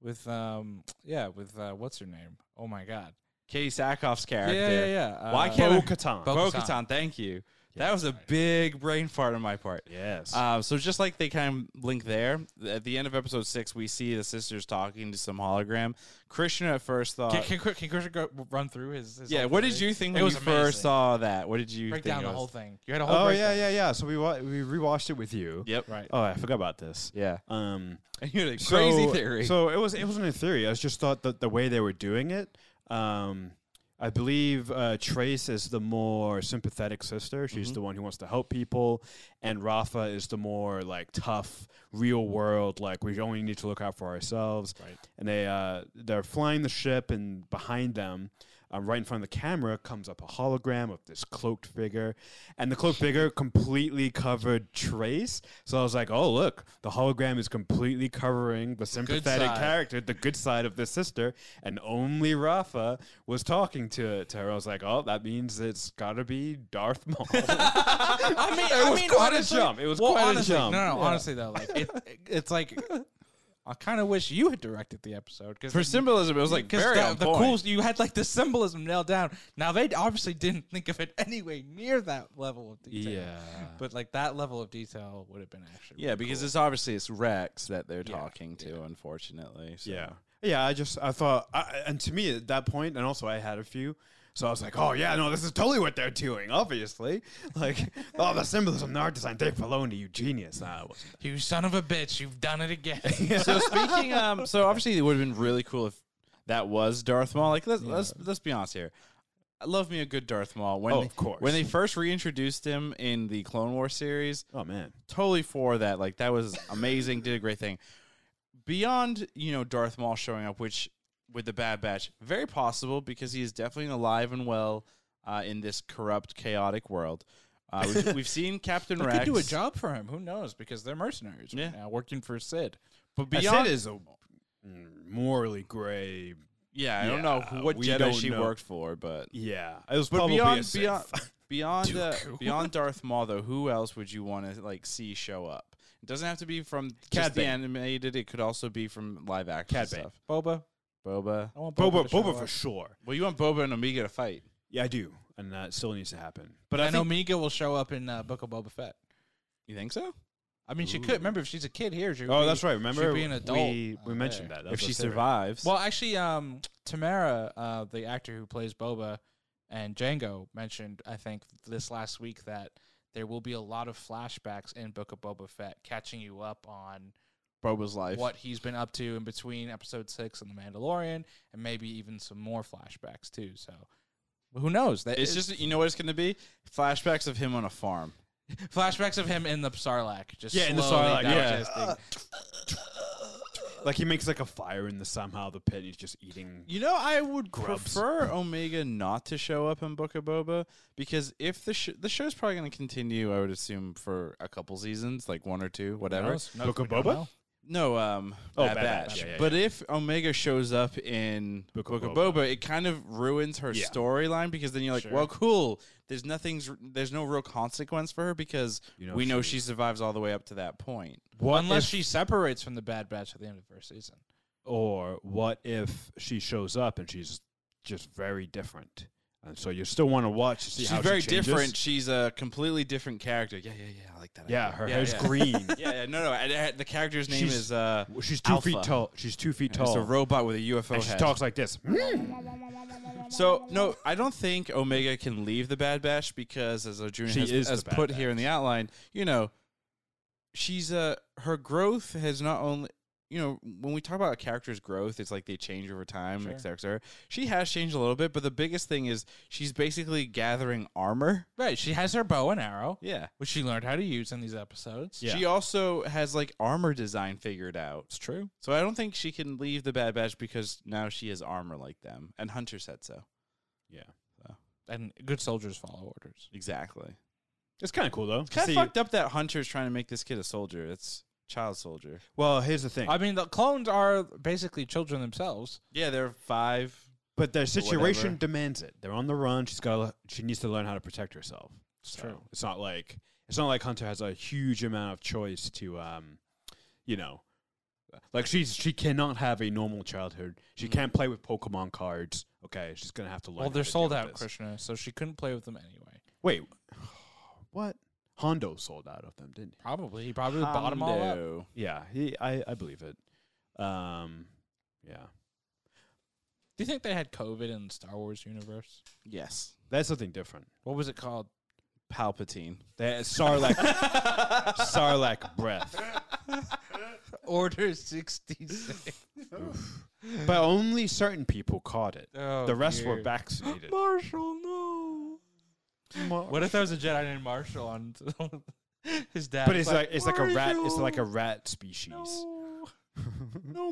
Speaker 3: with um, yeah, with uh, what's her name? Oh my god!
Speaker 1: Katie Sackhoff's
Speaker 3: Yeah,
Speaker 1: character.
Speaker 3: yeah, yeah.
Speaker 1: Why
Speaker 3: uh,
Speaker 1: can't I-
Speaker 2: Bo-Katan.
Speaker 3: Bo-
Speaker 1: Bo
Speaker 3: Bo-Katan.
Speaker 1: Katan, thank you. that
Speaker 2: Yeah.
Speaker 1: was a big brain fart on my part.
Speaker 2: yes.
Speaker 1: Uh, so just like they kind of link there, th- at the end of episode six, we see the sisters talking to some hologram. Krishna at first thought,
Speaker 3: Can, can, Chris- can Chris go run through his? his
Speaker 1: yeah.
Speaker 3: whole
Speaker 1: What did
Speaker 3: theory?
Speaker 1: you think
Speaker 3: It
Speaker 1: when
Speaker 3: was
Speaker 1: you
Speaker 3: amazing.
Speaker 1: first saw that? What did you
Speaker 3: break
Speaker 1: think
Speaker 3: down
Speaker 1: it
Speaker 3: the
Speaker 1: was?
Speaker 3: whole thing? You had a whole.
Speaker 2: oh yeah,
Speaker 3: breakdown.
Speaker 2: yeah, yeah. So we wa- we rewatched it with you.
Speaker 1: Yep.
Speaker 3: Right.
Speaker 2: Oh, I forgot about this.
Speaker 1: [laughs] Yeah.
Speaker 2: Um,
Speaker 1: And you're like,
Speaker 2: so-
Speaker 1: crazy theory.
Speaker 2: So it was it wasn't a theory. I just thought that the way they were doing it. Um, I believe uh, Trace is the more sympathetic sister. She's
Speaker 3: Mm-hmm.
Speaker 1: Mhm.
Speaker 2: the one who wants to help people, and Rafa is the more like tough, real world. Like we only need to look out for ourselves.
Speaker 3: Right.
Speaker 2: And they uh, they're flying the ship, and behind them, um, right in front of the camera, comes up a hologram of this cloaked figure, and the cloaked
Speaker 3: [laughs]
Speaker 2: figure completely covered Trace. So I was like, oh look, the hologram is completely covering the sympathetic
Speaker 3: side.
Speaker 2: character, the good side of the sister, and only Rafa was talking to to her. I was like, oh, that means it's gotta be Darth Maul.
Speaker 3: [laughs] I
Speaker 2: [laughs]
Speaker 3: mean,
Speaker 2: It
Speaker 3: I
Speaker 2: was
Speaker 3: mean,
Speaker 2: quite a
Speaker 3: honestly,
Speaker 2: jump. It was
Speaker 3: well,
Speaker 2: quite a
Speaker 3: honestly,
Speaker 2: jump.
Speaker 3: No, no,
Speaker 2: Yeah.
Speaker 3: honestly though, like it, it's like I kind of wish you had directed the episode
Speaker 1: [laughs]
Speaker 3: because
Speaker 1: For symbolism, it was like very
Speaker 3: the,
Speaker 1: on
Speaker 3: the
Speaker 1: point.
Speaker 3: cool you had like the symbolism nailed down. Now they obviously didn't think of it [laughs] anyway near that level of detail. but like that level of detail would have been actually
Speaker 1: yeah,
Speaker 3: really
Speaker 1: because
Speaker 3: cool.
Speaker 1: it's obviously it's Rex that they're
Speaker 3: Yeah,
Speaker 1: talking to, unfortunately. So.
Speaker 2: Yeah. Yeah, I just I thought I, and to me at that point and also I had a few so I was like, "Oh yeah, no, this is totally what they're doing, obviously." [laughs] Like, oh, the symbolism, the art design, Dave Filoni, you genius. Nah, it wasn't.
Speaker 3: you son of a bitch, you've done
Speaker 2: [laughs]
Speaker 3: it again.
Speaker 1: [laughs] so speaking, um, so obviously it would have been really cool if that was Darth Maul. Like let's let's let's be honest here. I love me a good Darth Maul. When
Speaker 2: Oh,
Speaker 1: they-
Speaker 2: of course.
Speaker 1: When they first reintroduced him in the Clone War series,
Speaker 2: Oh man.
Speaker 1: totally for that. Like that was amazing. did a great thing. Beyond you know Darth Maul showing up, which with the Bad Batch, very possible because he is definitely alive and well uh, in this corrupt, chaotic world. Uh,
Speaker 2: [laughs]
Speaker 1: we've, we've seen Captain
Speaker 3: They
Speaker 1: Rex
Speaker 3: could do a job for him. Who knows? Because they're mercenaries right
Speaker 1: Yeah.
Speaker 3: now, working for Sid. But
Speaker 1: beyond-
Speaker 2: Sid is a mm, morally gray.
Speaker 1: Yeah, I don't
Speaker 2: Yeah,
Speaker 1: know who- what
Speaker 2: we
Speaker 1: Jedi
Speaker 2: don't
Speaker 1: she
Speaker 2: know.
Speaker 1: worked for, but
Speaker 2: Yeah. It was
Speaker 1: But
Speaker 2: probably
Speaker 1: beyond-
Speaker 2: [laughs] a Sith.
Speaker 1: beyond- Beyond
Speaker 2: [laughs]
Speaker 1: uh,
Speaker 3: Dooku.
Speaker 1: beyond Darth Maul, though, who else would you want to like see show up? It doesn't have to be from
Speaker 2: Cad
Speaker 1: just the
Speaker 2: Bane.
Speaker 1: animated. It could also be from live action
Speaker 2: Cad Bane.
Speaker 1: stuff.
Speaker 3: Boba.
Speaker 1: Boba.
Speaker 3: I want
Speaker 2: Boba,
Speaker 3: to show
Speaker 2: Boba for
Speaker 3: up.
Speaker 2: sure.
Speaker 1: Well, you want Boba and Omega to fight.
Speaker 2: Yeah, I do, and that still needs to happen. But I
Speaker 3: And
Speaker 2: know
Speaker 3: Omega will show up in uh, Book of Boba Fett.
Speaker 1: You think so?
Speaker 3: I mean, she
Speaker 2: Ooh.
Speaker 3: could. Remember, if she's a kid here, she
Speaker 2: Oh,
Speaker 3: be-
Speaker 2: that's right. Remember,
Speaker 3: be an adult
Speaker 2: we, we
Speaker 3: out
Speaker 2: mentioned
Speaker 3: there.
Speaker 2: that. that was
Speaker 1: if she
Speaker 2: a theory.
Speaker 1: survives,
Speaker 3: Well, actually, um, Tamara, uh, the actor who plays Boba and Django, mentioned I think this last week that there will be a lot of flashbacks in Book of Boba Fett, catching you up on
Speaker 1: Boba's life.
Speaker 3: what he's been up to in between Episode Six and The Mandalorian, and maybe even some more flashbacks too. So, who knows? That
Speaker 1: It's just you know what it's going to be flashbacks of him on a farm.
Speaker 3: flashbacks of him in the Sarlacc, just
Speaker 2: Yeah, in the
Speaker 3: slowly
Speaker 2: Sarlacc, yeah.
Speaker 3: digesting.
Speaker 2: [laughs] Like he makes like a fire in the somehow the pit. and He's just eating.
Speaker 1: You know, I would
Speaker 2: Grubs.
Speaker 1: prefer Omega not to show up in Book of Boba because if the sh- the show's probably going to continue, I would assume for a couple seasons, like one or two, whatever.
Speaker 3: No,
Speaker 2: Book of
Speaker 3: we don't
Speaker 2: Boba?
Speaker 3: know.
Speaker 1: No, um,
Speaker 2: Oh,
Speaker 1: Bad
Speaker 2: Bad
Speaker 1: Batch.
Speaker 2: Batch, yeah, yeah,
Speaker 1: but if Omega shows up in Book,
Speaker 2: Book of
Speaker 1: of
Speaker 2: Boba.
Speaker 1: Boba, it kind of ruins her
Speaker 2: Yeah.
Speaker 1: storyline because then you're like,
Speaker 3: Sure.
Speaker 1: well, cool. There's nothing's there's no real consequence for her because
Speaker 2: You know
Speaker 1: we know
Speaker 2: she-
Speaker 1: she survives all the way up to that point.
Speaker 2: What
Speaker 3: Unless
Speaker 2: if-
Speaker 3: she separates from the Bad Batch at the end of the first season.
Speaker 2: or what if she shows up and she's just very different, and so you still want to watch to see
Speaker 1: She's
Speaker 2: how
Speaker 1: very
Speaker 2: she changes?
Speaker 1: different. She's a completely different character. Yeah, yeah, yeah. I like that.
Speaker 2: Yeah,
Speaker 1: idea.
Speaker 2: her hair's green.
Speaker 1: [laughs] yeah, yeah, no, no. I, I- the character's name
Speaker 2: She's
Speaker 1: is uh,
Speaker 2: Well, she's two feet
Speaker 1: Alpha.
Speaker 2: tall. She's two feet
Speaker 1: it's
Speaker 2: tall.
Speaker 1: a robot with a UFO
Speaker 2: and she
Speaker 1: head.
Speaker 2: talks like this. Mm.
Speaker 1: So no, I don't think Omega can leave the Bad Batch because, as Arjuna
Speaker 2: She
Speaker 1: has,
Speaker 2: is the
Speaker 1: has
Speaker 2: Bad
Speaker 1: put here in the outline, you know, she's uh her growth has not only you know when we talk about a character's growth, it's like they change over time,
Speaker 3: Sure.
Speaker 1: et cetera, et cetera. She has changed a little bit, but the biggest thing is she's basically gathering armor.
Speaker 3: Right, she has her bow and arrow,
Speaker 1: Yeah.
Speaker 3: which she learned how to use in these episodes.
Speaker 2: Yeah.
Speaker 1: She also has like armor design figured out.
Speaker 3: It's true.
Speaker 1: So I don't think she can leave the Bad Batch because now she has armor like them. And Hunter said so.
Speaker 2: Yeah,
Speaker 3: And good soldiers follow orders.
Speaker 1: Exactly.
Speaker 2: it's kind of cool though.
Speaker 1: Kind
Speaker 2: See-
Speaker 1: of fucked up that Hunter's trying to make this kid a soldier. It's child soldier.
Speaker 2: Well, here's the thing.
Speaker 3: I mean, the clones are basically children themselves.
Speaker 1: Yeah, they're five.
Speaker 2: But their situation
Speaker 1: whatever.
Speaker 2: demands it. They're on the run. She's got. She needs to learn how to protect herself.
Speaker 3: It's
Speaker 2: So It's not like it's not like Hunter has a huge amount of choice to, um, you know, like she's she cannot have a normal childhood. She can't play with Pokemon cards. Okay, she's gonna have to learn.
Speaker 3: Well,
Speaker 2: how
Speaker 3: they're
Speaker 2: to deal
Speaker 3: sold
Speaker 2: with
Speaker 3: out,
Speaker 2: this.
Speaker 3: Krishna, so she couldn't play with them anyway.
Speaker 2: Wait, [sighs] what? Hondo sold out of them, didn't
Speaker 3: Probably. He probably bought them all up.
Speaker 1: Hondo.
Speaker 2: he? Yeah, he. I I believe it. Um, yeah,
Speaker 3: Do you think they had COVID in the Star Wars universe?
Speaker 1: Yes.
Speaker 2: that's something different.
Speaker 3: What was it called?
Speaker 1: Palpatine.
Speaker 2: That [laughs] Sarlacc, Sarlacc breath.
Speaker 3: Order 66.
Speaker 2: But only certain people caught it.
Speaker 3: [laughs] Oh,
Speaker 2: the rest were [laughs]
Speaker 3: dear.
Speaker 2: vaccinated.
Speaker 3: Marshall, no. What if there was a Jedi named Marshall on [laughs] his dad?
Speaker 2: But it's like it's like a rat. It's
Speaker 3: "Marshall,
Speaker 2: like a rat species.
Speaker 3: No, no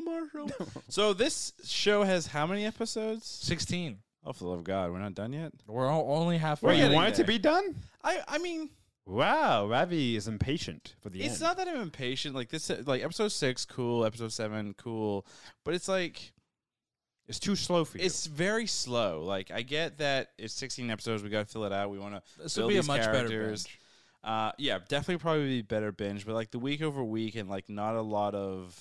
Speaker 1: [laughs]
Speaker 3: Marshall.
Speaker 1: So this show has how many episodes?
Speaker 3: 16.
Speaker 1: Oh, for the love of God, we're not done yet.
Speaker 3: We're all, only halfway.
Speaker 1: We're
Speaker 2: Wait, you
Speaker 1: getting
Speaker 2: want it to
Speaker 1: there.
Speaker 2: be done?
Speaker 1: I I mean,
Speaker 2: Wow, Ravi is impatient for the
Speaker 1: it's
Speaker 2: end.
Speaker 1: not that I'm impatient. Like this, like episode six, cool. Episode seven, cool. But it's like
Speaker 2: it's too slow for you.
Speaker 1: it's very slow. Like I get that it's 16 episodes. We got to fill it out. We want to
Speaker 3: This
Speaker 1: build
Speaker 3: would be a
Speaker 1: these
Speaker 3: much better
Speaker 1: characters.
Speaker 3: bench.
Speaker 1: Uh, yeah, definitely probably be better binge, but like the week over week and like not a lot of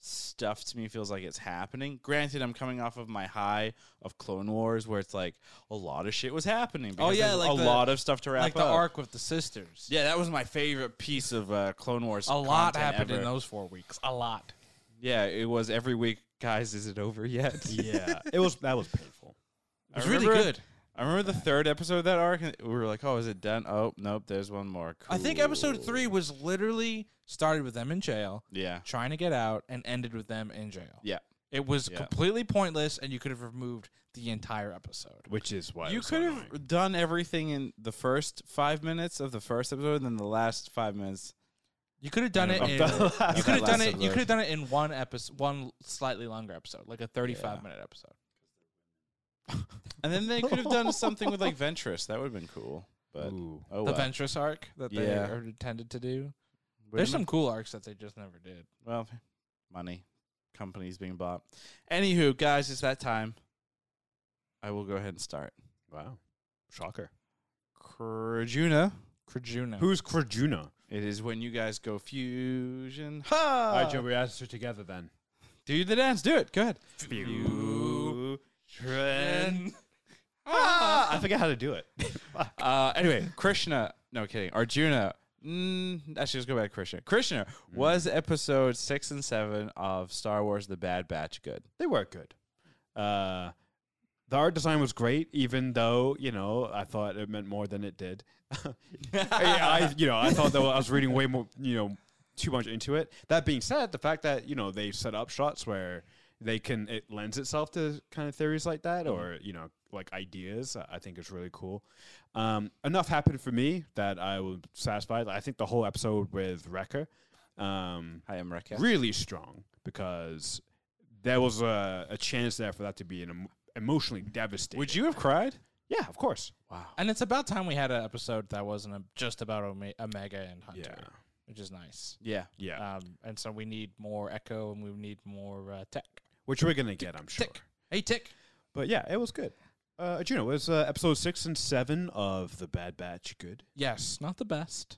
Speaker 1: stuff to me feels like it's happening. Granted, I'm coming off of my high of Clone Wars where it's like a lot of shit was happening. because
Speaker 3: Oh, yeah,
Speaker 1: there's
Speaker 3: like
Speaker 1: a
Speaker 3: the-
Speaker 1: lot of stuff to wrap
Speaker 3: Like the
Speaker 1: up.
Speaker 3: arc with the sisters.
Speaker 1: Yeah, that was my favorite piece of uh, Clone Wars.
Speaker 3: A lot
Speaker 1: content
Speaker 3: happened
Speaker 1: ever.
Speaker 3: in those four weeks. A lot.
Speaker 1: Yeah, it was every week. Guys, is it over
Speaker 3: [laughs]
Speaker 1: yet? [laughs]
Speaker 2: yeah, it was that was painful.
Speaker 1: It remember- I remember the third episode of that arc. And we were like, "Oh, is it done? Oh, nope. There's one more."
Speaker 3: I think episode
Speaker 1: Cool.
Speaker 3: three was literally started with them in jail,
Speaker 1: Yeah,
Speaker 3: trying to get out, and ended with them in jail.
Speaker 1: yeah.
Speaker 3: It was
Speaker 1: Yeah.
Speaker 3: completely pointless, and you could have removed the entire episode.
Speaker 2: Which is why it
Speaker 1: You
Speaker 2: was so
Speaker 1: could
Speaker 2: annoying.
Speaker 1: have done everything in the first five minutes of the first episode, and then the last five minutes.
Speaker 3: You could have done it.
Speaker 1: Of
Speaker 3: In,
Speaker 1: the [laughs]
Speaker 3: you
Speaker 2: last-
Speaker 3: could have
Speaker 1: that
Speaker 3: done
Speaker 1: last
Speaker 3: it. You
Speaker 1: episode.
Speaker 3: could have done it in one episode, one slightly longer episode, like a thirty-five
Speaker 1: Yeah.
Speaker 3: minute episode.
Speaker 1: And then they could have done something with like Ventress. That would have been cool. But
Speaker 2: Ooh.
Speaker 1: oh
Speaker 3: the
Speaker 1: well.
Speaker 3: Ventress arc that they
Speaker 1: Yeah.
Speaker 3: are intended to do.
Speaker 1: Wait a
Speaker 3: There's some
Speaker 1: minute.
Speaker 3: cool arcs that they just never did.
Speaker 1: well, money, companies being bought. Anywho, guys, it's that time. I will go ahead and start.
Speaker 2: Wow, shocker.
Speaker 1: Krajuna.
Speaker 3: Krajuna.
Speaker 2: Who's Krajuna?
Speaker 1: It is when you guys go fusion.
Speaker 2: All
Speaker 1: Ha!
Speaker 2: right, Joe, we answer together then.
Speaker 1: Do the dance. Do it. Go ahead.
Speaker 3: Fusion.
Speaker 2: Ah, I forget how to do it. [laughs]
Speaker 1: Uh, anyway, Krishna. No kidding. Arjuna. Mm, actually, let's go back to Krishna. Krishna
Speaker 2: Mm.
Speaker 1: was episode six and seven of Star Wars: The Bad Batch. Good.
Speaker 2: they were good. Uh, the art design was great, even though you know I thought it meant more than it did. [laughs] yeah, I you know I thought that I was reading way more you know too much into it. That being said, the fact that you know they set up shots where they can it lends itself to kind of theories like that or you know like ideas I- i think is really cool um, enough happened for me that i was satisfied i think the whole episode with wrecker um,
Speaker 1: Hi, I'm Rekha.
Speaker 2: really strong because there was a, a chance there for that to be an em- emotionally devastating.
Speaker 1: Would you have cried?
Speaker 2: Yeah, of course.
Speaker 1: Wow.
Speaker 3: And it's about time we had an episode that wasn't a, just about Ome- Omega and Hunter, which is nice.
Speaker 1: Yeah.
Speaker 2: yeah.
Speaker 3: Um, and so we need more Echo and we need more uh, Tech.
Speaker 2: Which we're gonna get, I'm sure.
Speaker 3: Tick. Hey, Tick.
Speaker 2: But yeah, it was good. Uh, Juno, it was uh, episode six and seven of the Bad Batch. Good.
Speaker 3: Yes, not the best.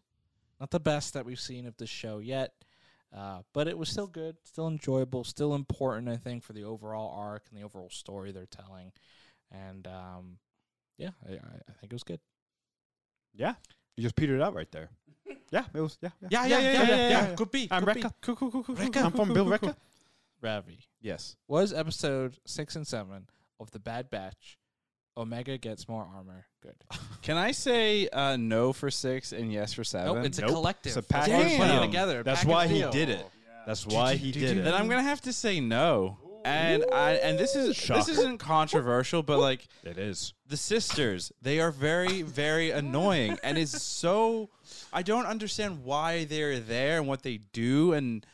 Speaker 3: Not the best that we've seen of the show yet. Uh, but it was still good, still enjoyable, still important, I think, for the overall arc and the overall story they're telling. And um, yeah, I, I I think it was good.
Speaker 2: Yeah, you just petered out right there. yeah, it was. Yeah, yeah,
Speaker 3: Could be.
Speaker 2: I'm
Speaker 3: could be.
Speaker 2: Rekka. Cool, cool, cool, cool, cool.
Speaker 3: Rekka.
Speaker 2: I'm
Speaker 3: [laughs]
Speaker 2: from Bill Rekka.
Speaker 3: Ravi.
Speaker 1: Yes.
Speaker 3: Was episode six and seven of The Bad Batch Omega gets more armor. Good.
Speaker 1: Can I say uh, no for six and yes for seven?
Speaker 3: Nope, it's a
Speaker 2: Nope.
Speaker 3: collective.
Speaker 2: It's a
Speaker 3: That's
Speaker 2: package
Speaker 3: why we put it
Speaker 1: deal.
Speaker 3: together. a
Speaker 2: That's
Speaker 3: package
Speaker 2: why he
Speaker 3: deal.
Speaker 2: did it. That's why he did it.
Speaker 1: then I'm gonna have to say no. And I and this is this
Speaker 2: Shocker.
Speaker 1: isn't controversial, but like
Speaker 2: It is.
Speaker 1: the sisters, they are very very annoying, and it's so I don't understand why they're there and what they do, and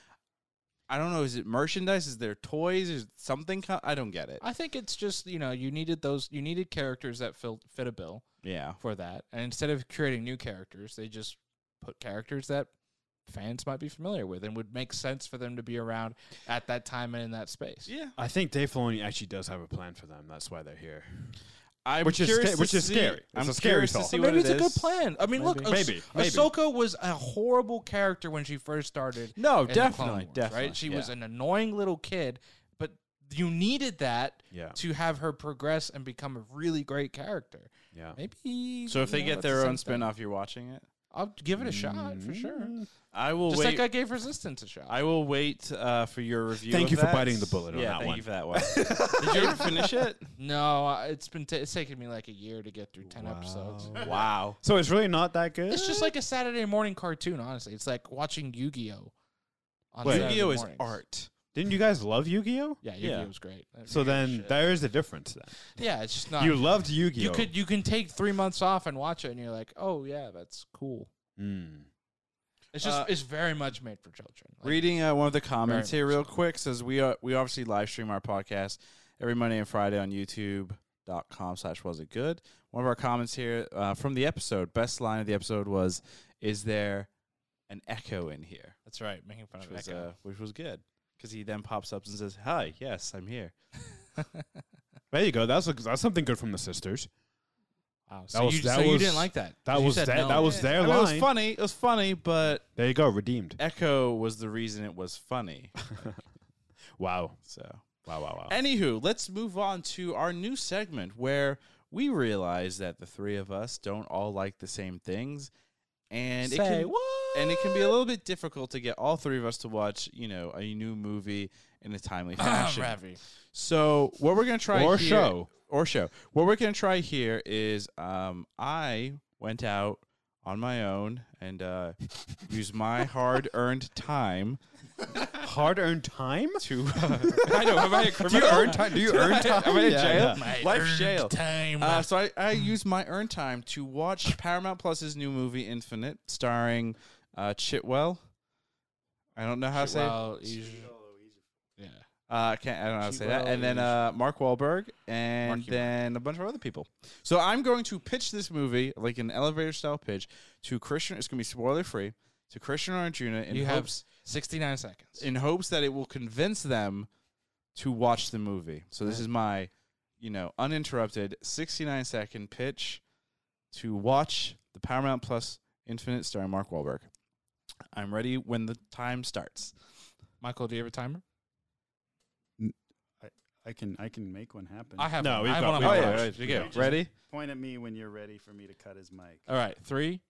Speaker 1: I don't know. Is it merchandise? Is there toys? Is something? Co- I don't get it.
Speaker 3: I think it's just you know you needed those you needed characters that fit fit a bill
Speaker 1: Yeah,
Speaker 3: for that, and instead of creating new characters, they just put characters that fans might be familiar with and would make sense for them to be around at that time and in that space.
Speaker 1: yeah.
Speaker 2: I think Dave Filoni actually does have a plan for them. That's why they're here.
Speaker 1: I'm
Speaker 2: Which is
Speaker 1: curious
Speaker 2: sca-
Speaker 1: to
Speaker 2: which is
Speaker 1: see-
Speaker 2: scary. It's
Speaker 1: I'm
Speaker 2: a scary
Speaker 1: curious
Speaker 2: thought.
Speaker 1: to see
Speaker 3: But
Speaker 1: what
Speaker 3: maybe it's
Speaker 1: it
Speaker 3: a good
Speaker 1: is.
Speaker 3: plan. I mean, look,
Speaker 1: Maybe.
Speaker 3: Ah-
Speaker 2: Maybe, maybe.
Speaker 3: Ahsoka was a horrible character when she first started.
Speaker 1: No,
Speaker 3: in the
Speaker 1: Oh,
Speaker 3: Clone
Speaker 1: definitely,
Speaker 3: Wars,
Speaker 1: definitely,
Speaker 3: Right? She was
Speaker 1: yeah.
Speaker 3: an annoying little kid, but you needed that
Speaker 2: Yeah.
Speaker 3: to have her progress and become a really great character.
Speaker 2: Yeah.
Speaker 3: Maybe.
Speaker 1: So if they
Speaker 3: you know,
Speaker 1: get
Speaker 3: that's
Speaker 1: their own
Speaker 3: something.
Speaker 1: spin-off, you're watching it.
Speaker 3: I'll give it a shot for sure.
Speaker 1: I will
Speaker 3: Just
Speaker 1: wait.
Speaker 3: like I gave Resistance a shot.
Speaker 1: I will wait uh, for your review.
Speaker 2: Thank
Speaker 1: of
Speaker 2: you for
Speaker 1: that.
Speaker 2: biting the bullet on
Speaker 1: yeah,
Speaker 2: that
Speaker 1: thank
Speaker 2: one.
Speaker 1: you for that
Speaker 2: [laughs]
Speaker 1: one. Did you ever finish it?
Speaker 3: no, I- it's been ta it's taken me like a year to get through ten episodes.
Speaker 1: Wow.
Speaker 2: So it's really not that good.
Speaker 3: It's just like a Saturday morning cartoon. Honestly, it's like watching Yu Gi Oh. on
Speaker 2: Wait.
Speaker 3: Saturday
Speaker 1: Yu-Gi-Oh is
Speaker 3: mornings.
Speaker 1: art.
Speaker 2: Didn't you guys love Yu-Gi-Oh?
Speaker 3: Yeah, Yu Gi Oh
Speaker 1: Yeah.
Speaker 3: was great. That
Speaker 2: So
Speaker 3: Yu-Gi-Oh
Speaker 2: then
Speaker 3: shit.
Speaker 2: there is a difference. Then
Speaker 3: yeah, it's just not.
Speaker 2: you
Speaker 3: You,
Speaker 2: loved Yu-Gi-Oh.
Speaker 3: could you can take three months off and watch it, and you're like, oh yeah, that's cool.
Speaker 2: Mm.
Speaker 3: It's just
Speaker 1: Uh,
Speaker 3: it's very much made for children. Like,
Speaker 1: Reading uh, one of the comments
Speaker 3: Very
Speaker 1: here
Speaker 3: much
Speaker 1: real
Speaker 3: so.
Speaker 1: quick says we are we obviously live stream our podcast every Monday and Friday on YouTube. Dot com slash was it good one of our comments here uh, from the episode best line of the episode was is there an echo in here
Speaker 3: that's right, making fun
Speaker 1: which
Speaker 3: of
Speaker 1: was,
Speaker 3: Echo.
Speaker 1: uh, which was good because he then pops up and says hi yes i'm here
Speaker 2: There you go. That's a, that's something good from the sisters.
Speaker 3: wow, so,
Speaker 2: was-
Speaker 3: you,
Speaker 2: that
Speaker 3: so you
Speaker 2: was-
Speaker 3: didn't like that.
Speaker 2: That
Speaker 3: You
Speaker 2: was
Speaker 3: said
Speaker 2: that.
Speaker 3: no.
Speaker 2: That was their
Speaker 1: I mean,
Speaker 2: line.
Speaker 1: it was funny it was funny but
Speaker 2: There you go. Redeemed.
Speaker 1: Echo was the reason it was funny.
Speaker 2: Wow.
Speaker 1: So,
Speaker 2: Wow. Wow.
Speaker 1: [laughs]
Speaker 2: Wow.
Speaker 1: Oh. anywho, let's move on to our new segment where we realize that the three of us don't all like the same things, and it
Speaker 3: Say
Speaker 1: can
Speaker 2: [laughs]
Speaker 1: and it can be a little bit difficult to get all three of us to watch, you know, a new movie in a timely fashion.
Speaker 3: [laughs] Ravi.
Speaker 1: So what we're gonna try
Speaker 2: Or
Speaker 1: here-
Speaker 2: show.
Speaker 1: or show what we're gonna try here is um I went out on my own and uh, used my [laughs] hard earned time
Speaker 2: Hard-earned time. [laughs]
Speaker 1: to uh, I know am [laughs] I
Speaker 2: Do you earn time? Do you earn time?
Speaker 1: Am I in
Speaker 2: Yeah,
Speaker 1: jail?
Speaker 2: yeah.
Speaker 3: My
Speaker 1: Life
Speaker 3: earned
Speaker 1: jail.
Speaker 3: Time.
Speaker 1: Uh, so I,
Speaker 3: Mm.
Speaker 1: I used my earn time to watch Paramount Plus's new movie Infinite, starring uh, Chitwell. I don't know how to say. It.
Speaker 3: well, usually, yeah.
Speaker 1: Uh, I can't. I don't know how to say that.
Speaker 3: Chitwell
Speaker 1: And then
Speaker 3: is-
Speaker 1: uh, Mark Wahlberg, and
Speaker 3: Marky Mark.
Speaker 1: then a bunch of other people. So I'm going to pitch this movie like an elevator style pitch to Christian. It's going to be spoiler free to Christian Arjuna in
Speaker 3: you have
Speaker 1: hopes
Speaker 3: sixty nine seconds.
Speaker 1: in hopes that it will convince them to watch the movie. So this is my, you know, uninterrupted 69 second pitch to watch the Paramount Plus Infinite starring Mark Wahlberg. I'm ready when the time starts.
Speaker 3: Michael, do you have a timer?
Speaker 4: I can I can make one happen.
Speaker 3: I have.
Speaker 2: No,
Speaker 3: one.
Speaker 2: we've
Speaker 3: I have
Speaker 2: got-
Speaker 3: one
Speaker 2: we've
Speaker 3: on my
Speaker 2: got-
Speaker 3: watch.
Speaker 2: right,
Speaker 3: You go.
Speaker 4: right.
Speaker 1: Ready?
Speaker 4: Point at me when you're ready for me to cut his mic.
Speaker 3: All right, three,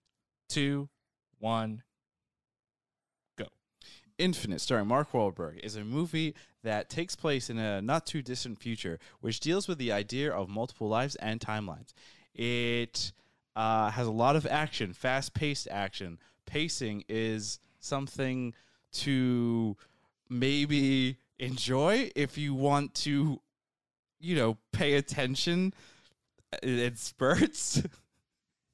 Speaker 3: two, one.
Speaker 1: Infinite, starring Mark Wahlberg, is a movie that takes place in a not too distant future, which deals with the idea of multiple lives and timelines. It uh, has a lot of action, fast paced action. Pacing is something to maybe enjoy if you want to, you know, pay attention i- in spurts. [laughs]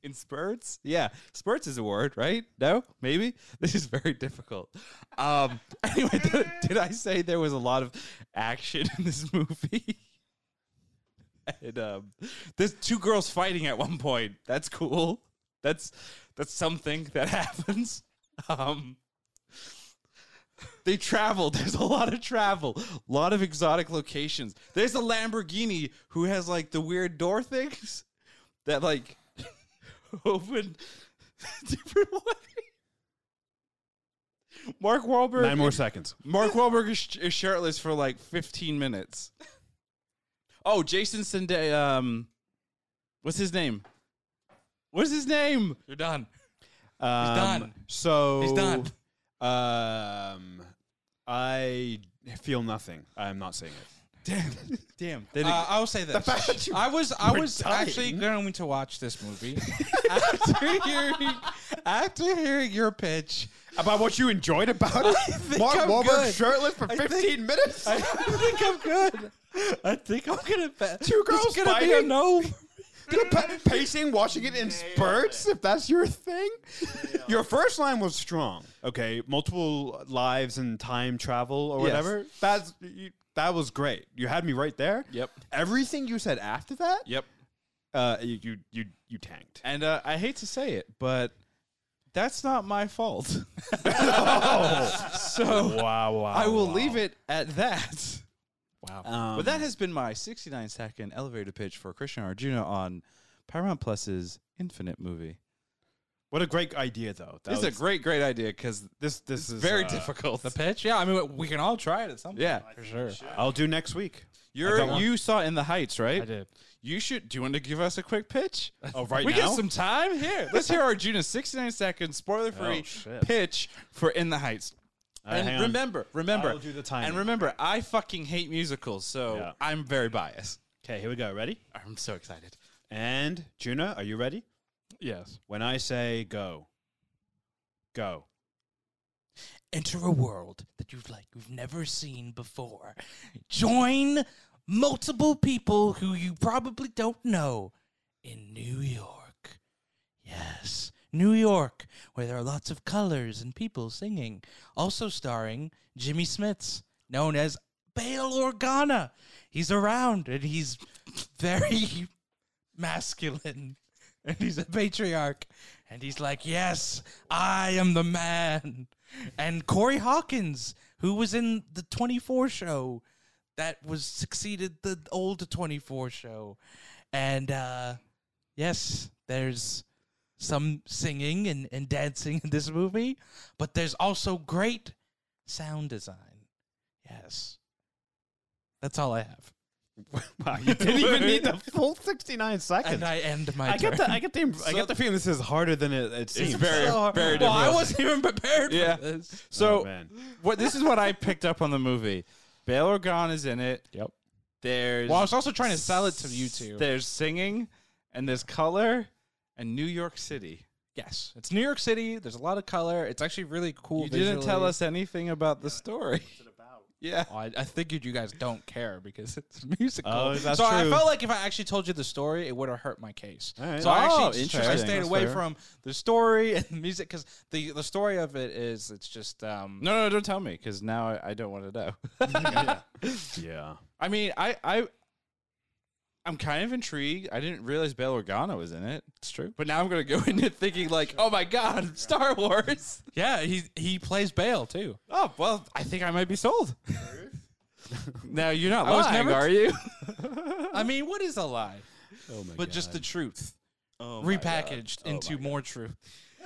Speaker 1: In spurts? Yeah, spurts is a word, right? No, maybe [laughs] this is very difficult. Um, [laughs] anyway, did, did I say there was a lot of action in this [laughs] movie? and um, there's two girls fighting at one point. That's cool. That's that's something that [laughs] happens. Um, they travel. There's a lot of travel. A lot of exotic locations. There's a Lamborghini who has like the weird door things that like [laughs] open [laughs] different way. Mark Wahlberg.
Speaker 2: Nine more seconds.
Speaker 1: Mark Wahlberg is, sh- is shirtless for like 15 minutes. Oh, Jason Sudeikis. Um, what's his name? What's his name?
Speaker 3: You're done.
Speaker 2: Um,
Speaker 3: done.
Speaker 2: So
Speaker 1: Oh.
Speaker 3: He's done.
Speaker 2: Um, I feel nothing. I am not seeing it.
Speaker 1: Damn, [laughs] damn. They didn't-
Speaker 3: Uh, I will say this. I was I was actually going to watch this [laughs] movie after hearing after hearing your pitch.
Speaker 2: About what you enjoyed about it, Mark
Speaker 1: I'm
Speaker 2: Wahlberg
Speaker 1: good.
Speaker 2: shirtless for fifteen minutes.
Speaker 1: I think I'm good. I think I'm gonna bet.
Speaker 2: Two girls
Speaker 1: it's gonna Be a
Speaker 2: fighting?
Speaker 1: no.
Speaker 2: You're pa- pacing, watching it in spurts, if that's your thing. Your first line was strong. Okay, multiple lives and time travel or
Speaker 1: Yes.
Speaker 2: whatever. That's you, that was great. You had me right there.
Speaker 1: Yep.
Speaker 2: Everything you said after that,
Speaker 1: Yep.
Speaker 2: uh, you you you, you tanked.
Speaker 1: [laughs] And uh, I hate to say it, but that's not my fault. [laughs] so
Speaker 2: Wow, wow.
Speaker 1: Oh. I will leave it at that.
Speaker 3: Wow.
Speaker 2: Um,
Speaker 1: but that has been my 69 second elevator pitch for Krishna Arjuna on Paramount Plus's Infinite movie.
Speaker 2: what a great idea, though. That
Speaker 1: This is a
Speaker 2: was-
Speaker 1: great, great idea because
Speaker 2: This this is
Speaker 1: very
Speaker 2: uh,
Speaker 1: difficult.
Speaker 3: The pitch? Yeah, I mean we can all try it at some point.
Speaker 1: yeah,
Speaker 3: for sure.
Speaker 2: I'll do next week. got
Speaker 1: you're
Speaker 2: one.
Speaker 1: you saw in the Heights, right?
Speaker 3: I did.
Speaker 1: You should. Do you want to give us a quick pitch?
Speaker 2: Oh, right
Speaker 1: we
Speaker 2: now.
Speaker 1: got some time here. Let's hear Arjuna's 69 second spoiler free
Speaker 2: shit.
Speaker 1: pitch for In the Heights.
Speaker 2: right, hang
Speaker 1: and
Speaker 2: on.
Speaker 1: remember, remember,
Speaker 2: I'll do the timing.
Speaker 1: and remember, I fucking hate musicals, so
Speaker 2: Yeah.
Speaker 1: I'm very biased.
Speaker 2: Okay, here we go. Ready?
Speaker 1: I'm so excited.
Speaker 2: And Juno, are you ready?
Speaker 3: Yes.
Speaker 2: When I say go, go.
Speaker 5: Enter a world that you've like you've never seen before. Join multiple people who you probably don't know in New York. Yes, New York, where there are lots of colors and people singing. Also starring Jimmy Smits, known as Bale Organa. He's around and he's very masculine [laughs] and he's a patriarch and he's like yes i am the man and corey hawkins who was in the 24 show that was succeeded the old 24 show and uh yes there's some singing and, and dancing in this movie but there's also great sound design yes that's all i have
Speaker 2: [laughs] Wow, you didn't even need the full 69 seconds.
Speaker 5: and i end my
Speaker 2: I
Speaker 5: turn.
Speaker 2: get the I get the imp- I get the feeling this is harder than it, it seems.
Speaker 1: very- very
Speaker 5: well, I
Speaker 1: difficult.
Speaker 5: wasn't even prepared
Speaker 1: Yeah.
Speaker 5: for this.
Speaker 1: So,
Speaker 2: [laughs] Oh, man.
Speaker 1: what this is what I picked up on the movie. Bail Organa is in it.
Speaker 3: Yep.
Speaker 1: There's
Speaker 3: Well, I was also trying to sell it to you two.
Speaker 1: There's singing, and there's color, and New York City.
Speaker 3: yes. It's New York City. There's a lot of color. It's actually really cool.
Speaker 1: You didn't tell
Speaker 3: visually.
Speaker 1: us anything about the story. [laughs] Yeah.
Speaker 3: Oh, I, I figured you guys don't care because it's [laughs] musical.
Speaker 2: Oh, that's
Speaker 3: so I
Speaker 2: true.
Speaker 3: felt like if I actually told you the story, it would have hurt my case.
Speaker 2: All right.
Speaker 3: So I
Speaker 1: Oh,
Speaker 3: actually I
Speaker 1: interesting.
Speaker 3: stayed
Speaker 1: That's
Speaker 3: away
Speaker 1: fair.
Speaker 3: from the story and the music because the the story of it is it's just um
Speaker 1: No, no, don't tell me because now I, I don't want to know. [laughs]
Speaker 2: yeah.
Speaker 1: I mean, I, I, I'm kind of intrigued. I didn't realize Bail Organa was in it. It's true. But now I'm gonna go [laughs] into thinking like, oh my god, Star Wars.
Speaker 3: yeah he he plays Bale too.
Speaker 1: Oh well, I think I might be sold. [laughs] now you're not
Speaker 3: I
Speaker 1: [laughs]
Speaker 3: was
Speaker 1: lying,
Speaker 3: never-
Speaker 1: are you?
Speaker 3: I mean, what is a lie?
Speaker 2: Oh my
Speaker 3: But just the truth.
Speaker 1: Oh my God.
Speaker 3: repackaged
Speaker 1: Oh
Speaker 3: into
Speaker 1: my God.
Speaker 3: more truth.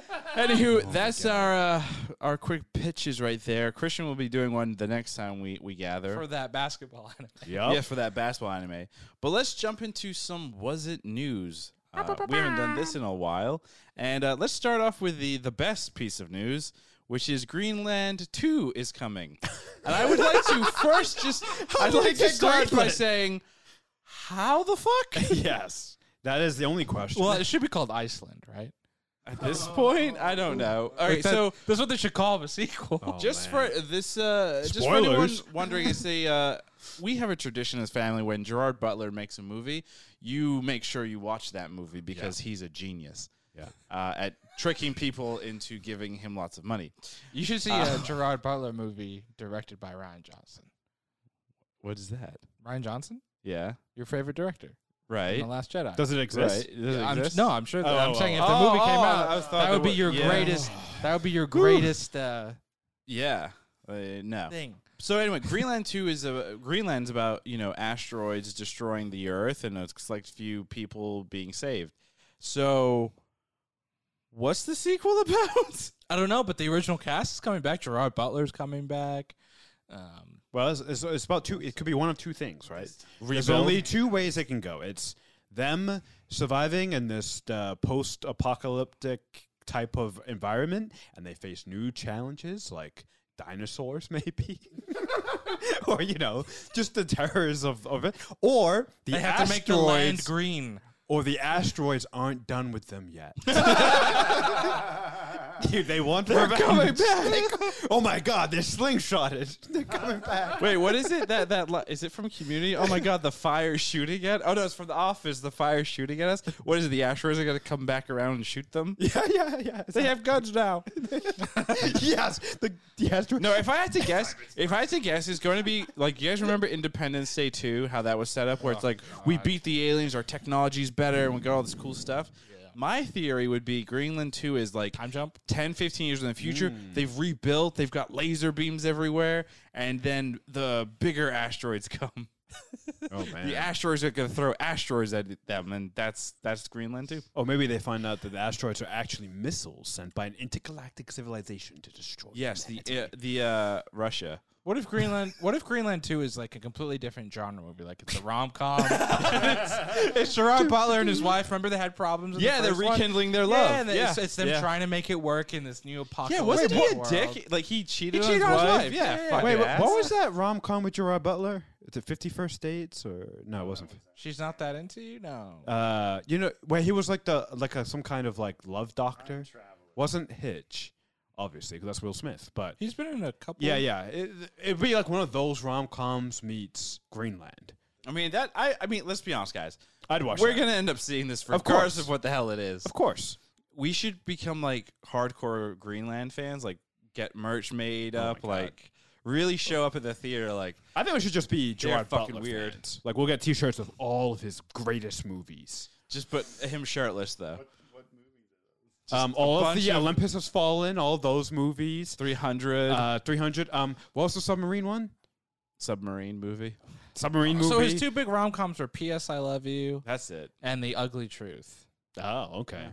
Speaker 2: Oh
Speaker 1: Anywho, that's our uh, our quick pitches right there. Christian will be doing one the next time we we gather.
Speaker 3: for that basketball [laughs] anime.
Speaker 2: Yep.
Speaker 1: Yeah, for that basketball anime. But let's jump into some was it news. Uh, we haven't done this in a while, and uh, let's start off with the the best piece of news, which is Greenland Two is coming. And I would like
Speaker 2: [laughs]
Speaker 1: to first just I'd
Speaker 2: did it
Speaker 1: like to
Speaker 2: get
Speaker 1: start by
Speaker 2: Greenland?
Speaker 1: saying, how the fuck?
Speaker 2: [laughs] yes. That is the only question.
Speaker 3: [laughs] Well, it should be called Iceland, right?
Speaker 1: At this point, I don't know. All right, so Oh.
Speaker 3: so [laughs] that's what they should call the sequel.
Speaker 1: just for this uh just for anyone [laughs]
Speaker 2: Spoilers.
Speaker 1: wondering is a uh we have a tradition as family when gerard butler makes a movie you make sure you watch that movie because he's a genius
Speaker 2: Yeah.
Speaker 1: uh, at tricking people into giving him lots of money
Speaker 3: [laughs] You should see
Speaker 1: Oh.
Speaker 3: a Gerard Butler movie directed by Ryan Johnson.
Speaker 1: what is that
Speaker 3: Ryan Johnson,
Speaker 1: yeah
Speaker 3: your favorite director, in
Speaker 1: right
Speaker 3: The Last Jedi.
Speaker 2: does it
Speaker 1: right
Speaker 2: exist?
Speaker 1: Does it
Speaker 3: I'm,
Speaker 1: exist?
Speaker 3: no, I'm sure. That,
Speaker 2: Oh,
Speaker 3: I'm
Speaker 2: oh,
Speaker 3: saying if
Speaker 1: oh.
Speaker 3: the movie came
Speaker 1: Oh,
Speaker 3: out,
Speaker 1: I was thought
Speaker 3: that would
Speaker 1: there
Speaker 3: be
Speaker 1: was-
Speaker 3: your
Speaker 1: yeah.
Speaker 3: greatest. That would be your greatest uh,
Speaker 1: yeah Uh, no
Speaker 3: thing.
Speaker 1: So anyway, Greenland Two is a Greenland's about you know asteroids destroying the Earth and a select few people being saved. So, what's the sequel [laughs] about?
Speaker 3: I don't know, but the original cast is coming back. Gerard Butler's coming back. Um,
Speaker 2: Well, it's, it's, it's about two. It could be one of two things, right? There's
Speaker 1: Rebuild?
Speaker 2: only two ways it can go. It's them surviving in this uh, post-apocalyptic type of environment, and they face new challenges like dinosaurs, [laughs] maybe, or you know, just the terrors of, of it. Or the
Speaker 3: they have
Speaker 2: asteroids,
Speaker 3: to make the land green.
Speaker 2: or the asteroids aren't done with them yet. [laughs] Dude, they want their
Speaker 1: coming
Speaker 2: [laughs] back. oh my god, they're slingshotted. They're coming back.
Speaker 1: Wait, what is it? That that li- is it from Community? Oh my God, the fire shooting at. Oh no, it's from The Office. The fire shooting at us. What is it? The asteroids are gonna come back around and shoot them.
Speaker 2: Yeah, yeah, yeah.
Speaker 1: [laughs] They have guns now.
Speaker 2: [laughs] yes, the, the
Speaker 1: [laughs]
Speaker 2: asteroid.
Speaker 1: No, if I had to guess, if I had to guess, it's going to be like you guys remember Independence Day two, how that was set up, where it's like we beat the aliens, our technology's better, and we got all this cool stuff. My theory would be Greenland two is like
Speaker 3: Time jump.
Speaker 1: 10, 15 years in the future. They've rebuilt, they've got laser beams everywhere, and then the bigger asteroids [laughs] come.
Speaker 2: oh man.
Speaker 1: The asteroids are going to throw asteroids at them, and that's that's Greenland two.
Speaker 2: oh, maybe they find out that the asteroids are actually missiles sent by an intergalactic civilization to destroy.
Speaker 1: Yes, the uh, the uh, Russia.
Speaker 3: What if Greenland? What if Greenland Two is like a completely different genre movie? Like it's a rom com. it's, it's Gerard Butler and his wife. Remember they had problems. In
Speaker 1: Yeah,
Speaker 3: the
Speaker 1: they're
Speaker 3: first one?
Speaker 1: rekindling their love.
Speaker 3: Yeah, and
Speaker 1: Yeah.
Speaker 3: It's, it's them
Speaker 1: Yeah.
Speaker 3: trying to make it work in this new apocalypse.
Speaker 1: Yeah, wasn't he a
Speaker 3: world.
Speaker 1: dick? Like he cheated,
Speaker 3: cheated
Speaker 1: on his wife.
Speaker 3: wife.
Speaker 1: Yeah,
Speaker 3: Yeah, yeah,
Speaker 1: fucking
Speaker 2: Wait, what,
Speaker 1: ass.
Speaker 2: what was that rom com with Gerard Butler? Is it Fifty First Dates or no? It wasn't.
Speaker 3: She's not that into you. No.
Speaker 2: Uh, you know, where he was like the like a, some kind of like love doctor. Wasn't Hitch, obviously, because that's Will Smith. But
Speaker 3: He's been in a couple.
Speaker 2: yeah, yeah, it, it'd be like one of those rom coms meets Greenland.
Speaker 1: I mean that. I, I mean, let's be honest, guys.
Speaker 2: I'd watch.
Speaker 1: We're
Speaker 2: that.
Speaker 1: gonna end up seeing this
Speaker 2: Of
Speaker 1: regardless
Speaker 2: course.
Speaker 1: of, what the hell it is.
Speaker 2: of course.
Speaker 1: We should become like hardcore Greenland fans. Like get merch made up.
Speaker 2: God.
Speaker 1: Like really show up at the theater. Like
Speaker 2: I think we should just be
Speaker 1: They're
Speaker 2: Gerard
Speaker 1: fucking
Speaker 2: Butler
Speaker 1: weird.
Speaker 2: fans. Like we'll get T-shirts of all of his greatest movies.
Speaker 1: just put him shirtless though.
Speaker 2: Um, all of
Speaker 1: bunch
Speaker 2: the
Speaker 1: of-
Speaker 2: Olympus Has Fallen, all those movies.
Speaker 1: Three hundred
Speaker 2: Uh, Three hundred. Um, what was the submarine one?
Speaker 1: submarine movie.
Speaker 2: Submarine movie.
Speaker 3: So his two big rom coms were P.S. I Love You
Speaker 1: That's it.
Speaker 3: and The Ugly Truth.
Speaker 2: Oh, okay.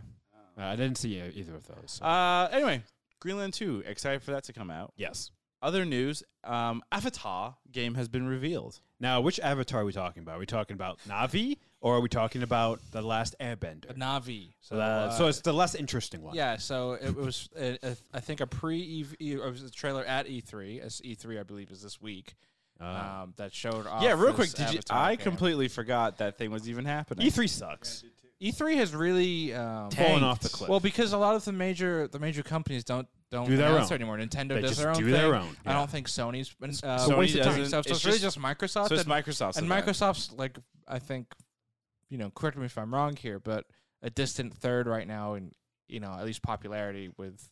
Speaker 2: Uh, I didn't see e- either of those. so-
Speaker 1: Uh, anyway, Greenland Two. Excited for that to come out.
Speaker 2: yes.
Speaker 1: Other news. Um, Avatar game has been revealed.
Speaker 2: Now, which avatar are we talking about? Are we talking about Navi, or are we talking about the Last Airbender?
Speaker 3: Navi.
Speaker 2: Uh,
Speaker 3: So, uh,
Speaker 2: so it's the less interesting one.
Speaker 3: Yeah, so it was uh, uh, I think a pre E a trailer at E3. As E3, I believe, is this week. um, that showed off.
Speaker 1: yeah, real
Speaker 3: this
Speaker 1: quick. Did you?
Speaker 3: Avatar
Speaker 1: I
Speaker 3: game.
Speaker 1: completely forgot that thing was even happening.
Speaker 2: E three sucks.
Speaker 3: E3 E has really um,
Speaker 2: Falling off the cliff.
Speaker 3: Well, because a lot of the major the major companies don't don't
Speaker 2: Do their
Speaker 3: announce
Speaker 2: own.
Speaker 3: it anymore. Nintendo
Speaker 2: They
Speaker 3: does
Speaker 2: just
Speaker 3: their own.
Speaker 2: do their
Speaker 3: thing.
Speaker 2: own,
Speaker 3: I
Speaker 2: yeah.
Speaker 3: don't think Sony's been. Uh,
Speaker 1: Sony
Speaker 3: wasted time
Speaker 1: doesn't-
Speaker 3: stuff. So it's,
Speaker 1: it's
Speaker 3: really
Speaker 1: just-
Speaker 3: just Microsoft.
Speaker 1: so it's
Speaker 3: and,
Speaker 1: Microsoft's
Speaker 3: and
Speaker 1: event.
Speaker 3: Microsoft's like I think, you know, correct me if I'm wrong here, but a distant third right now, in you know, at least popularity with,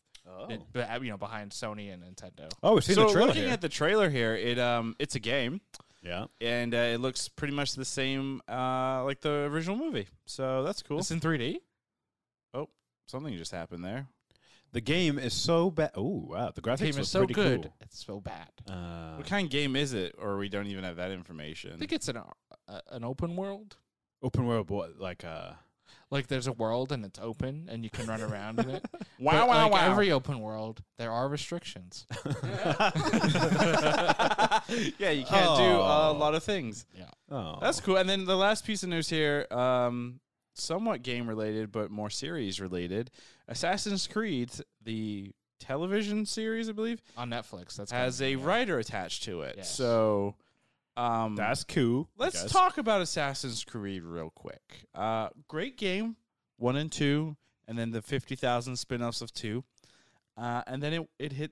Speaker 3: it- but, uh, you know, behind Sony and Nintendo.
Speaker 2: Oh, we see
Speaker 1: so
Speaker 2: the trailer.
Speaker 1: looking
Speaker 2: here.
Speaker 1: at Oh. the trailer here, it um, it's a game,
Speaker 2: yeah.
Speaker 1: and uh, it looks pretty much the same uh, like the original movie. So that's cool.
Speaker 3: It's in 3D.
Speaker 1: Something just happened there.
Speaker 2: The game is so bad. Oh wow, the graphics
Speaker 3: The game
Speaker 2: look
Speaker 3: is so
Speaker 2: pretty
Speaker 3: good.
Speaker 2: cool.
Speaker 3: It's so bad.
Speaker 2: Uh,
Speaker 1: what kind of game is it? Or we don't even have that
Speaker 3: I
Speaker 1: information.
Speaker 3: think it's an uh, an open uh, world.
Speaker 2: open world, boy, like uh,
Speaker 3: Like there's a world and it's open and you can run around in it.
Speaker 2: Wow,
Speaker 3: But,
Speaker 2: wow,
Speaker 3: like,
Speaker 1: [laughs]
Speaker 2: wow.
Speaker 3: Every open world, there are restrictions.
Speaker 1: yeah, you can't do a lot of things.
Speaker 2: oh.
Speaker 1: That's cool. And then the last piece of news here, um, somewhat game related, but more series related. Assassin's Creed, the television series, I believe,
Speaker 3: On Netflix, that's
Speaker 1: has
Speaker 3: gonna
Speaker 1: a
Speaker 3: be out.
Speaker 1: writer attached to it.
Speaker 3: Yes.
Speaker 1: So, um,
Speaker 2: that's cool. I
Speaker 1: let's
Speaker 2: guess.
Speaker 1: talk about Assassin's Creed real quick. Uh, great game, one and two, and then the fifty thousand spin-offs of two, uh, and then it it hit.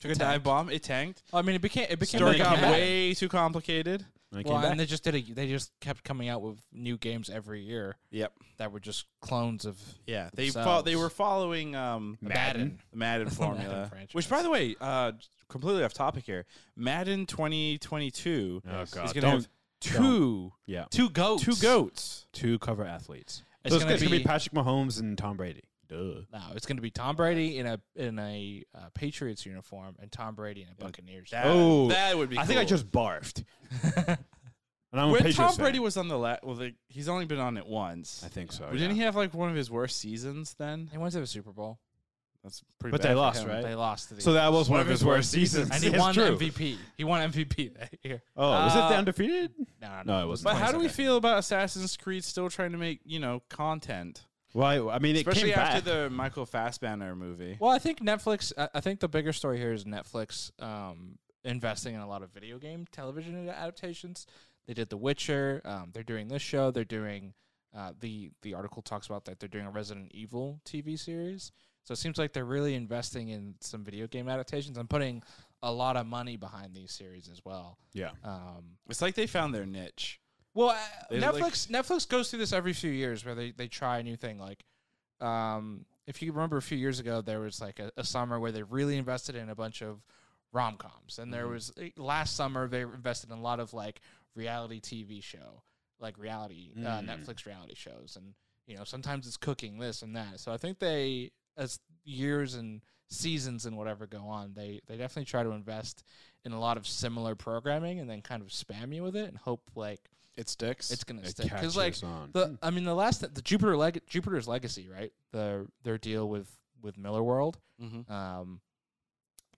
Speaker 1: Took a dive
Speaker 3: tanked.
Speaker 1: bomb. It tanked.
Speaker 3: I mean, it became it became
Speaker 1: Story
Speaker 3: like a
Speaker 1: got
Speaker 3: habit.
Speaker 1: way too complicated.
Speaker 2: I came
Speaker 3: Well,
Speaker 2: back.
Speaker 3: and they just did a, They just kept coming out with new games every year
Speaker 1: Yep.
Speaker 3: that were just clones of
Speaker 1: Yeah, they fo- they
Speaker 3: Themselves.
Speaker 1: were following um,
Speaker 3: Madden.
Speaker 1: the [laughs] Madden formula,
Speaker 3: franchise.
Speaker 1: which, by the way, uh, completely off topic here. Madden 2022
Speaker 2: Oh
Speaker 1: is
Speaker 2: god.
Speaker 1: going to have two
Speaker 2: yeah.
Speaker 3: Two goats.
Speaker 1: two goats.
Speaker 2: Two cover athletes.
Speaker 3: It's
Speaker 2: so it's
Speaker 3: gonna
Speaker 2: gonna, be,
Speaker 3: be-
Speaker 2: Patrick Mahomes and Tom Brady. Duh.
Speaker 3: No, it's going to be Tom Brady in a in a uh, Patriots uniform and Tom Brady in a Buccaneers.
Speaker 1: That,
Speaker 2: Oh,
Speaker 1: that would be.
Speaker 2: I think I
Speaker 1: cool.
Speaker 2: just
Speaker 1: [laughs]
Speaker 2: barfed. and I'm a
Speaker 1: When
Speaker 2: Patriots
Speaker 1: Tom
Speaker 2: fan.
Speaker 1: Brady was on the last, well, the, he's only been on it once.
Speaker 2: I think so.
Speaker 1: But
Speaker 2: yeah.
Speaker 1: didn't he have like one of his worst seasons then?
Speaker 3: They went to the Super Bowl.
Speaker 1: That's pretty.
Speaker 2: But
Speaker 1: bad
Speaker 2: they
Speaker 1: for
Speaker 2: lost,
Speaker 1: him.
Speaker 2: right?
Speaker 3: They lost to the
Speaker 2: So that was one, of his worst seasons. [laughs]
Speaker 3: and he
Speaker 2: It's
Speaker 3: won
Speaker 2: true.
Speaker 3: MVP. He won MVP that year.
Speaker 2: Oh, was it
Speaker 1: Uh,
Speaker 2: the undefeated?
Speaker 3: No,
Speaker 2: No, it
Speaker 3: it was
Speaker 1: But how do we
Speaker 3: 27.
Speaker 1: feel about Assassin's Creed still trying to make you know content,
Speaker 2: Well, I, I mean, it
Speaker 1: especially
Speaker 2: came
Speaker 1: after
Speaker 2: back.
Speaker 1: the Michael Fassbender movie?
Speaker 3: Well, I think Netflix. I, I think the bigger story here is Netflix um, investing in a lot of video game television adaptations. They did The Witcher. Um, they're doing this show. They're doing uh, the the article talks about that they're doing a Resident Evil TV series. So it seems like they're really investing in some video game adaptations and putting a lot of money behind these series as well.
Speaker 2: yeah.
Speaker 3: Um,
Speaker 1: It's like they found their niche.
Speaker 3: well, uh,
Speaker 1: They
Speaker 3: Netflix
Speaker 1: like-
Speaker 3: Netflix goes through this every few years where they, they try a new thing. Like, um, if you remember a few years ago, there was like a, a summer where they really invested in a bunch of rom coms, and
Speaker 1: Mm-hmm.
Speaker 3: there was eh, last summer they invested in a lot of like reality TV show, like reality uh,
Speaker 2: Mm.
Speaker 3: Netflix reality shows, and you know sometimes it's cooking this and that. So I think they as years and seasons and whatever go on, they they definitely try to invest in a lot of similar programming and then kind of spam you with it and hope like
Speaker 1: It sticks.
Speaker 3: it's gonna
Speaker 2: It
Speaker 3: stick because
Speaker 2: catches
Speaker 3: like
Speaker 2: on.
Speaker 3: the I mean the last the Jupiter leg Jupiter's legacy right the their deal with with Miller World
Speaker 1: Mhm.
Speaker 3: um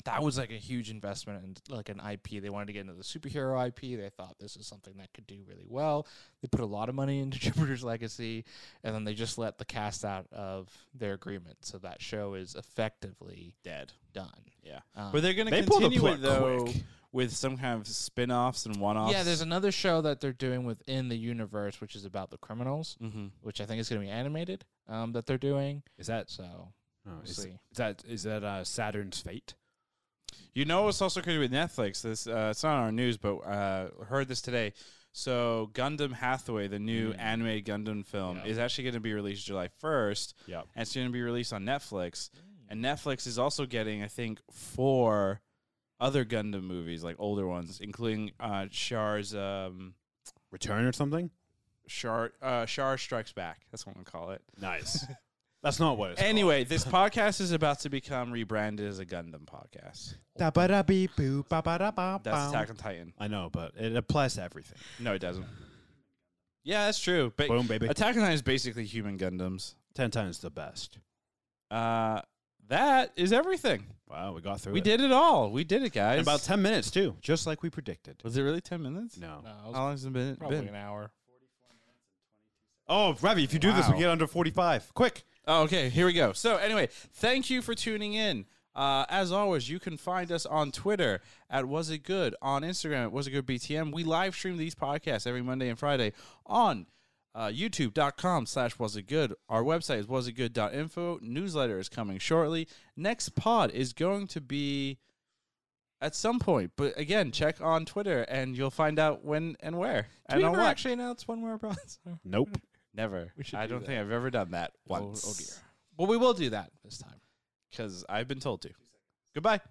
Speaker 3: that was like a huge investment and like an IP they wanted to get into the superhero IP they thought this is something that could do really well they put a lot of money into [laughs] Jupiter's legacy and then they just let the cast out of their agreement so that show is effectively
Speaker 1: dead.
Speaker 3: done
Speaker 1: Yeah.
Speaker 3: um,
Speaker 1: But they're going to
Speaker 2: They pulled the
Speaker 1: continue it
Speaker 2: plug
Speaker 1: though
Speaker 2: quick.
Speaker 1: with some kind of spin-offs and one-offs.
Speaker 3: yeah there's another show that they're doing within the universe which is about the criminals
Speaker 1: hmm
Speaker 3: which I think is going to be animated um, that they're doing.
Speaker 2: Is that
Speaker 3: So
Speaker 2: oh,
Speaker 3: we'll
Speaker 2: is
Speaker 3: see.
Speaker 2: that is that uh, Saturn's fate?
Speaker 1: You know what's also crazy with Netflix? This uh, it's not on our news, but uh, heard this today. So Gundam Hathaway, the new animated Gundam film,
Speaker 3: Yeah.
Speaker 1: is actually going to be released July first,
Speaker 2: Yep.
Speaker 1: and it's going to be released on Netflix. And Netflix is also getting, I think, four other Gundam movies, like older ones, including uh, Char's um,
Speaker 2: Return or something?
Speaker 1: Char uh, Char Strikes Back. That's what I'm gonna call it.
Speaker 2: [laughs] Nice. That's not what it's
Speaker 1: Anyway, this [laughs] podcast is about to become rebranded as a Gundam podcast.
Speaker 2: called. That's
Speaker 1: That's Attack on Titan.
Speaker 2: I know, but it applies to everything.
Speaker 1: No, it doesn't. Yeah, that's true. But
Speaker 2: Boom, baby.
Speaker 1: Attack on Titan is basically human Gundams.
Speaker 2: Ten times the best.
Speaker 1: Uh, that is everything.
Speaker 2: Wow, we got through
Speaker 1: We
Speaker 2: it.
Speaker 1: did it all. We did it,
Speaker 2: In
Speaker 1: guys.
Speaker 2: about ten minutes too, just like we predicted.
Speaker 1: was it really ten minutes?
Speaker 2: No.
Speaker 3: No, it was
Speaker 1: How long has it been?
Speaker 3: uh, probably
Speaker 1: been?
Speaker 3: an hour.
Speaker 2: Oh, Ravi, if you do this, we
Speaker 1: Wow.
Speaker 2: get under forty-five. Quick.
Speaker 1: Oh, okay, here we go. So, anyway, thank you for tuning in. Uh, as always, you can find us on Twitter at Was It Good, on Instagram at Was It Good BTM. We live stream these podcasts every Monday and Friday on uh, youtube.com slash was it good our website is was it good.info newsletter is coming shortly next pod is going to be at some point but again check on twitter and you'll find out when and where
Speaker 3: Did
Speaker 1: and
Speaker 3: we
Speaker 1: on
Speaker 3: ever
Speaker 1: what
Speaker 3: actually announce when [laughs] we're abroad?
Speaker 2: Nope.
Speaker 1: never
Speaker 3: We should
Speaker 1: i
Speaker 3: do
Speaker 1: don't
Speaker 3: that.
Speaker 1: think i've ever done that
Speaker 3: Oh,
Speaker 1: once
Speaker 3: oh dear. Well, we will do that this time.
Speaker 1: because I've been told to. Goodbye.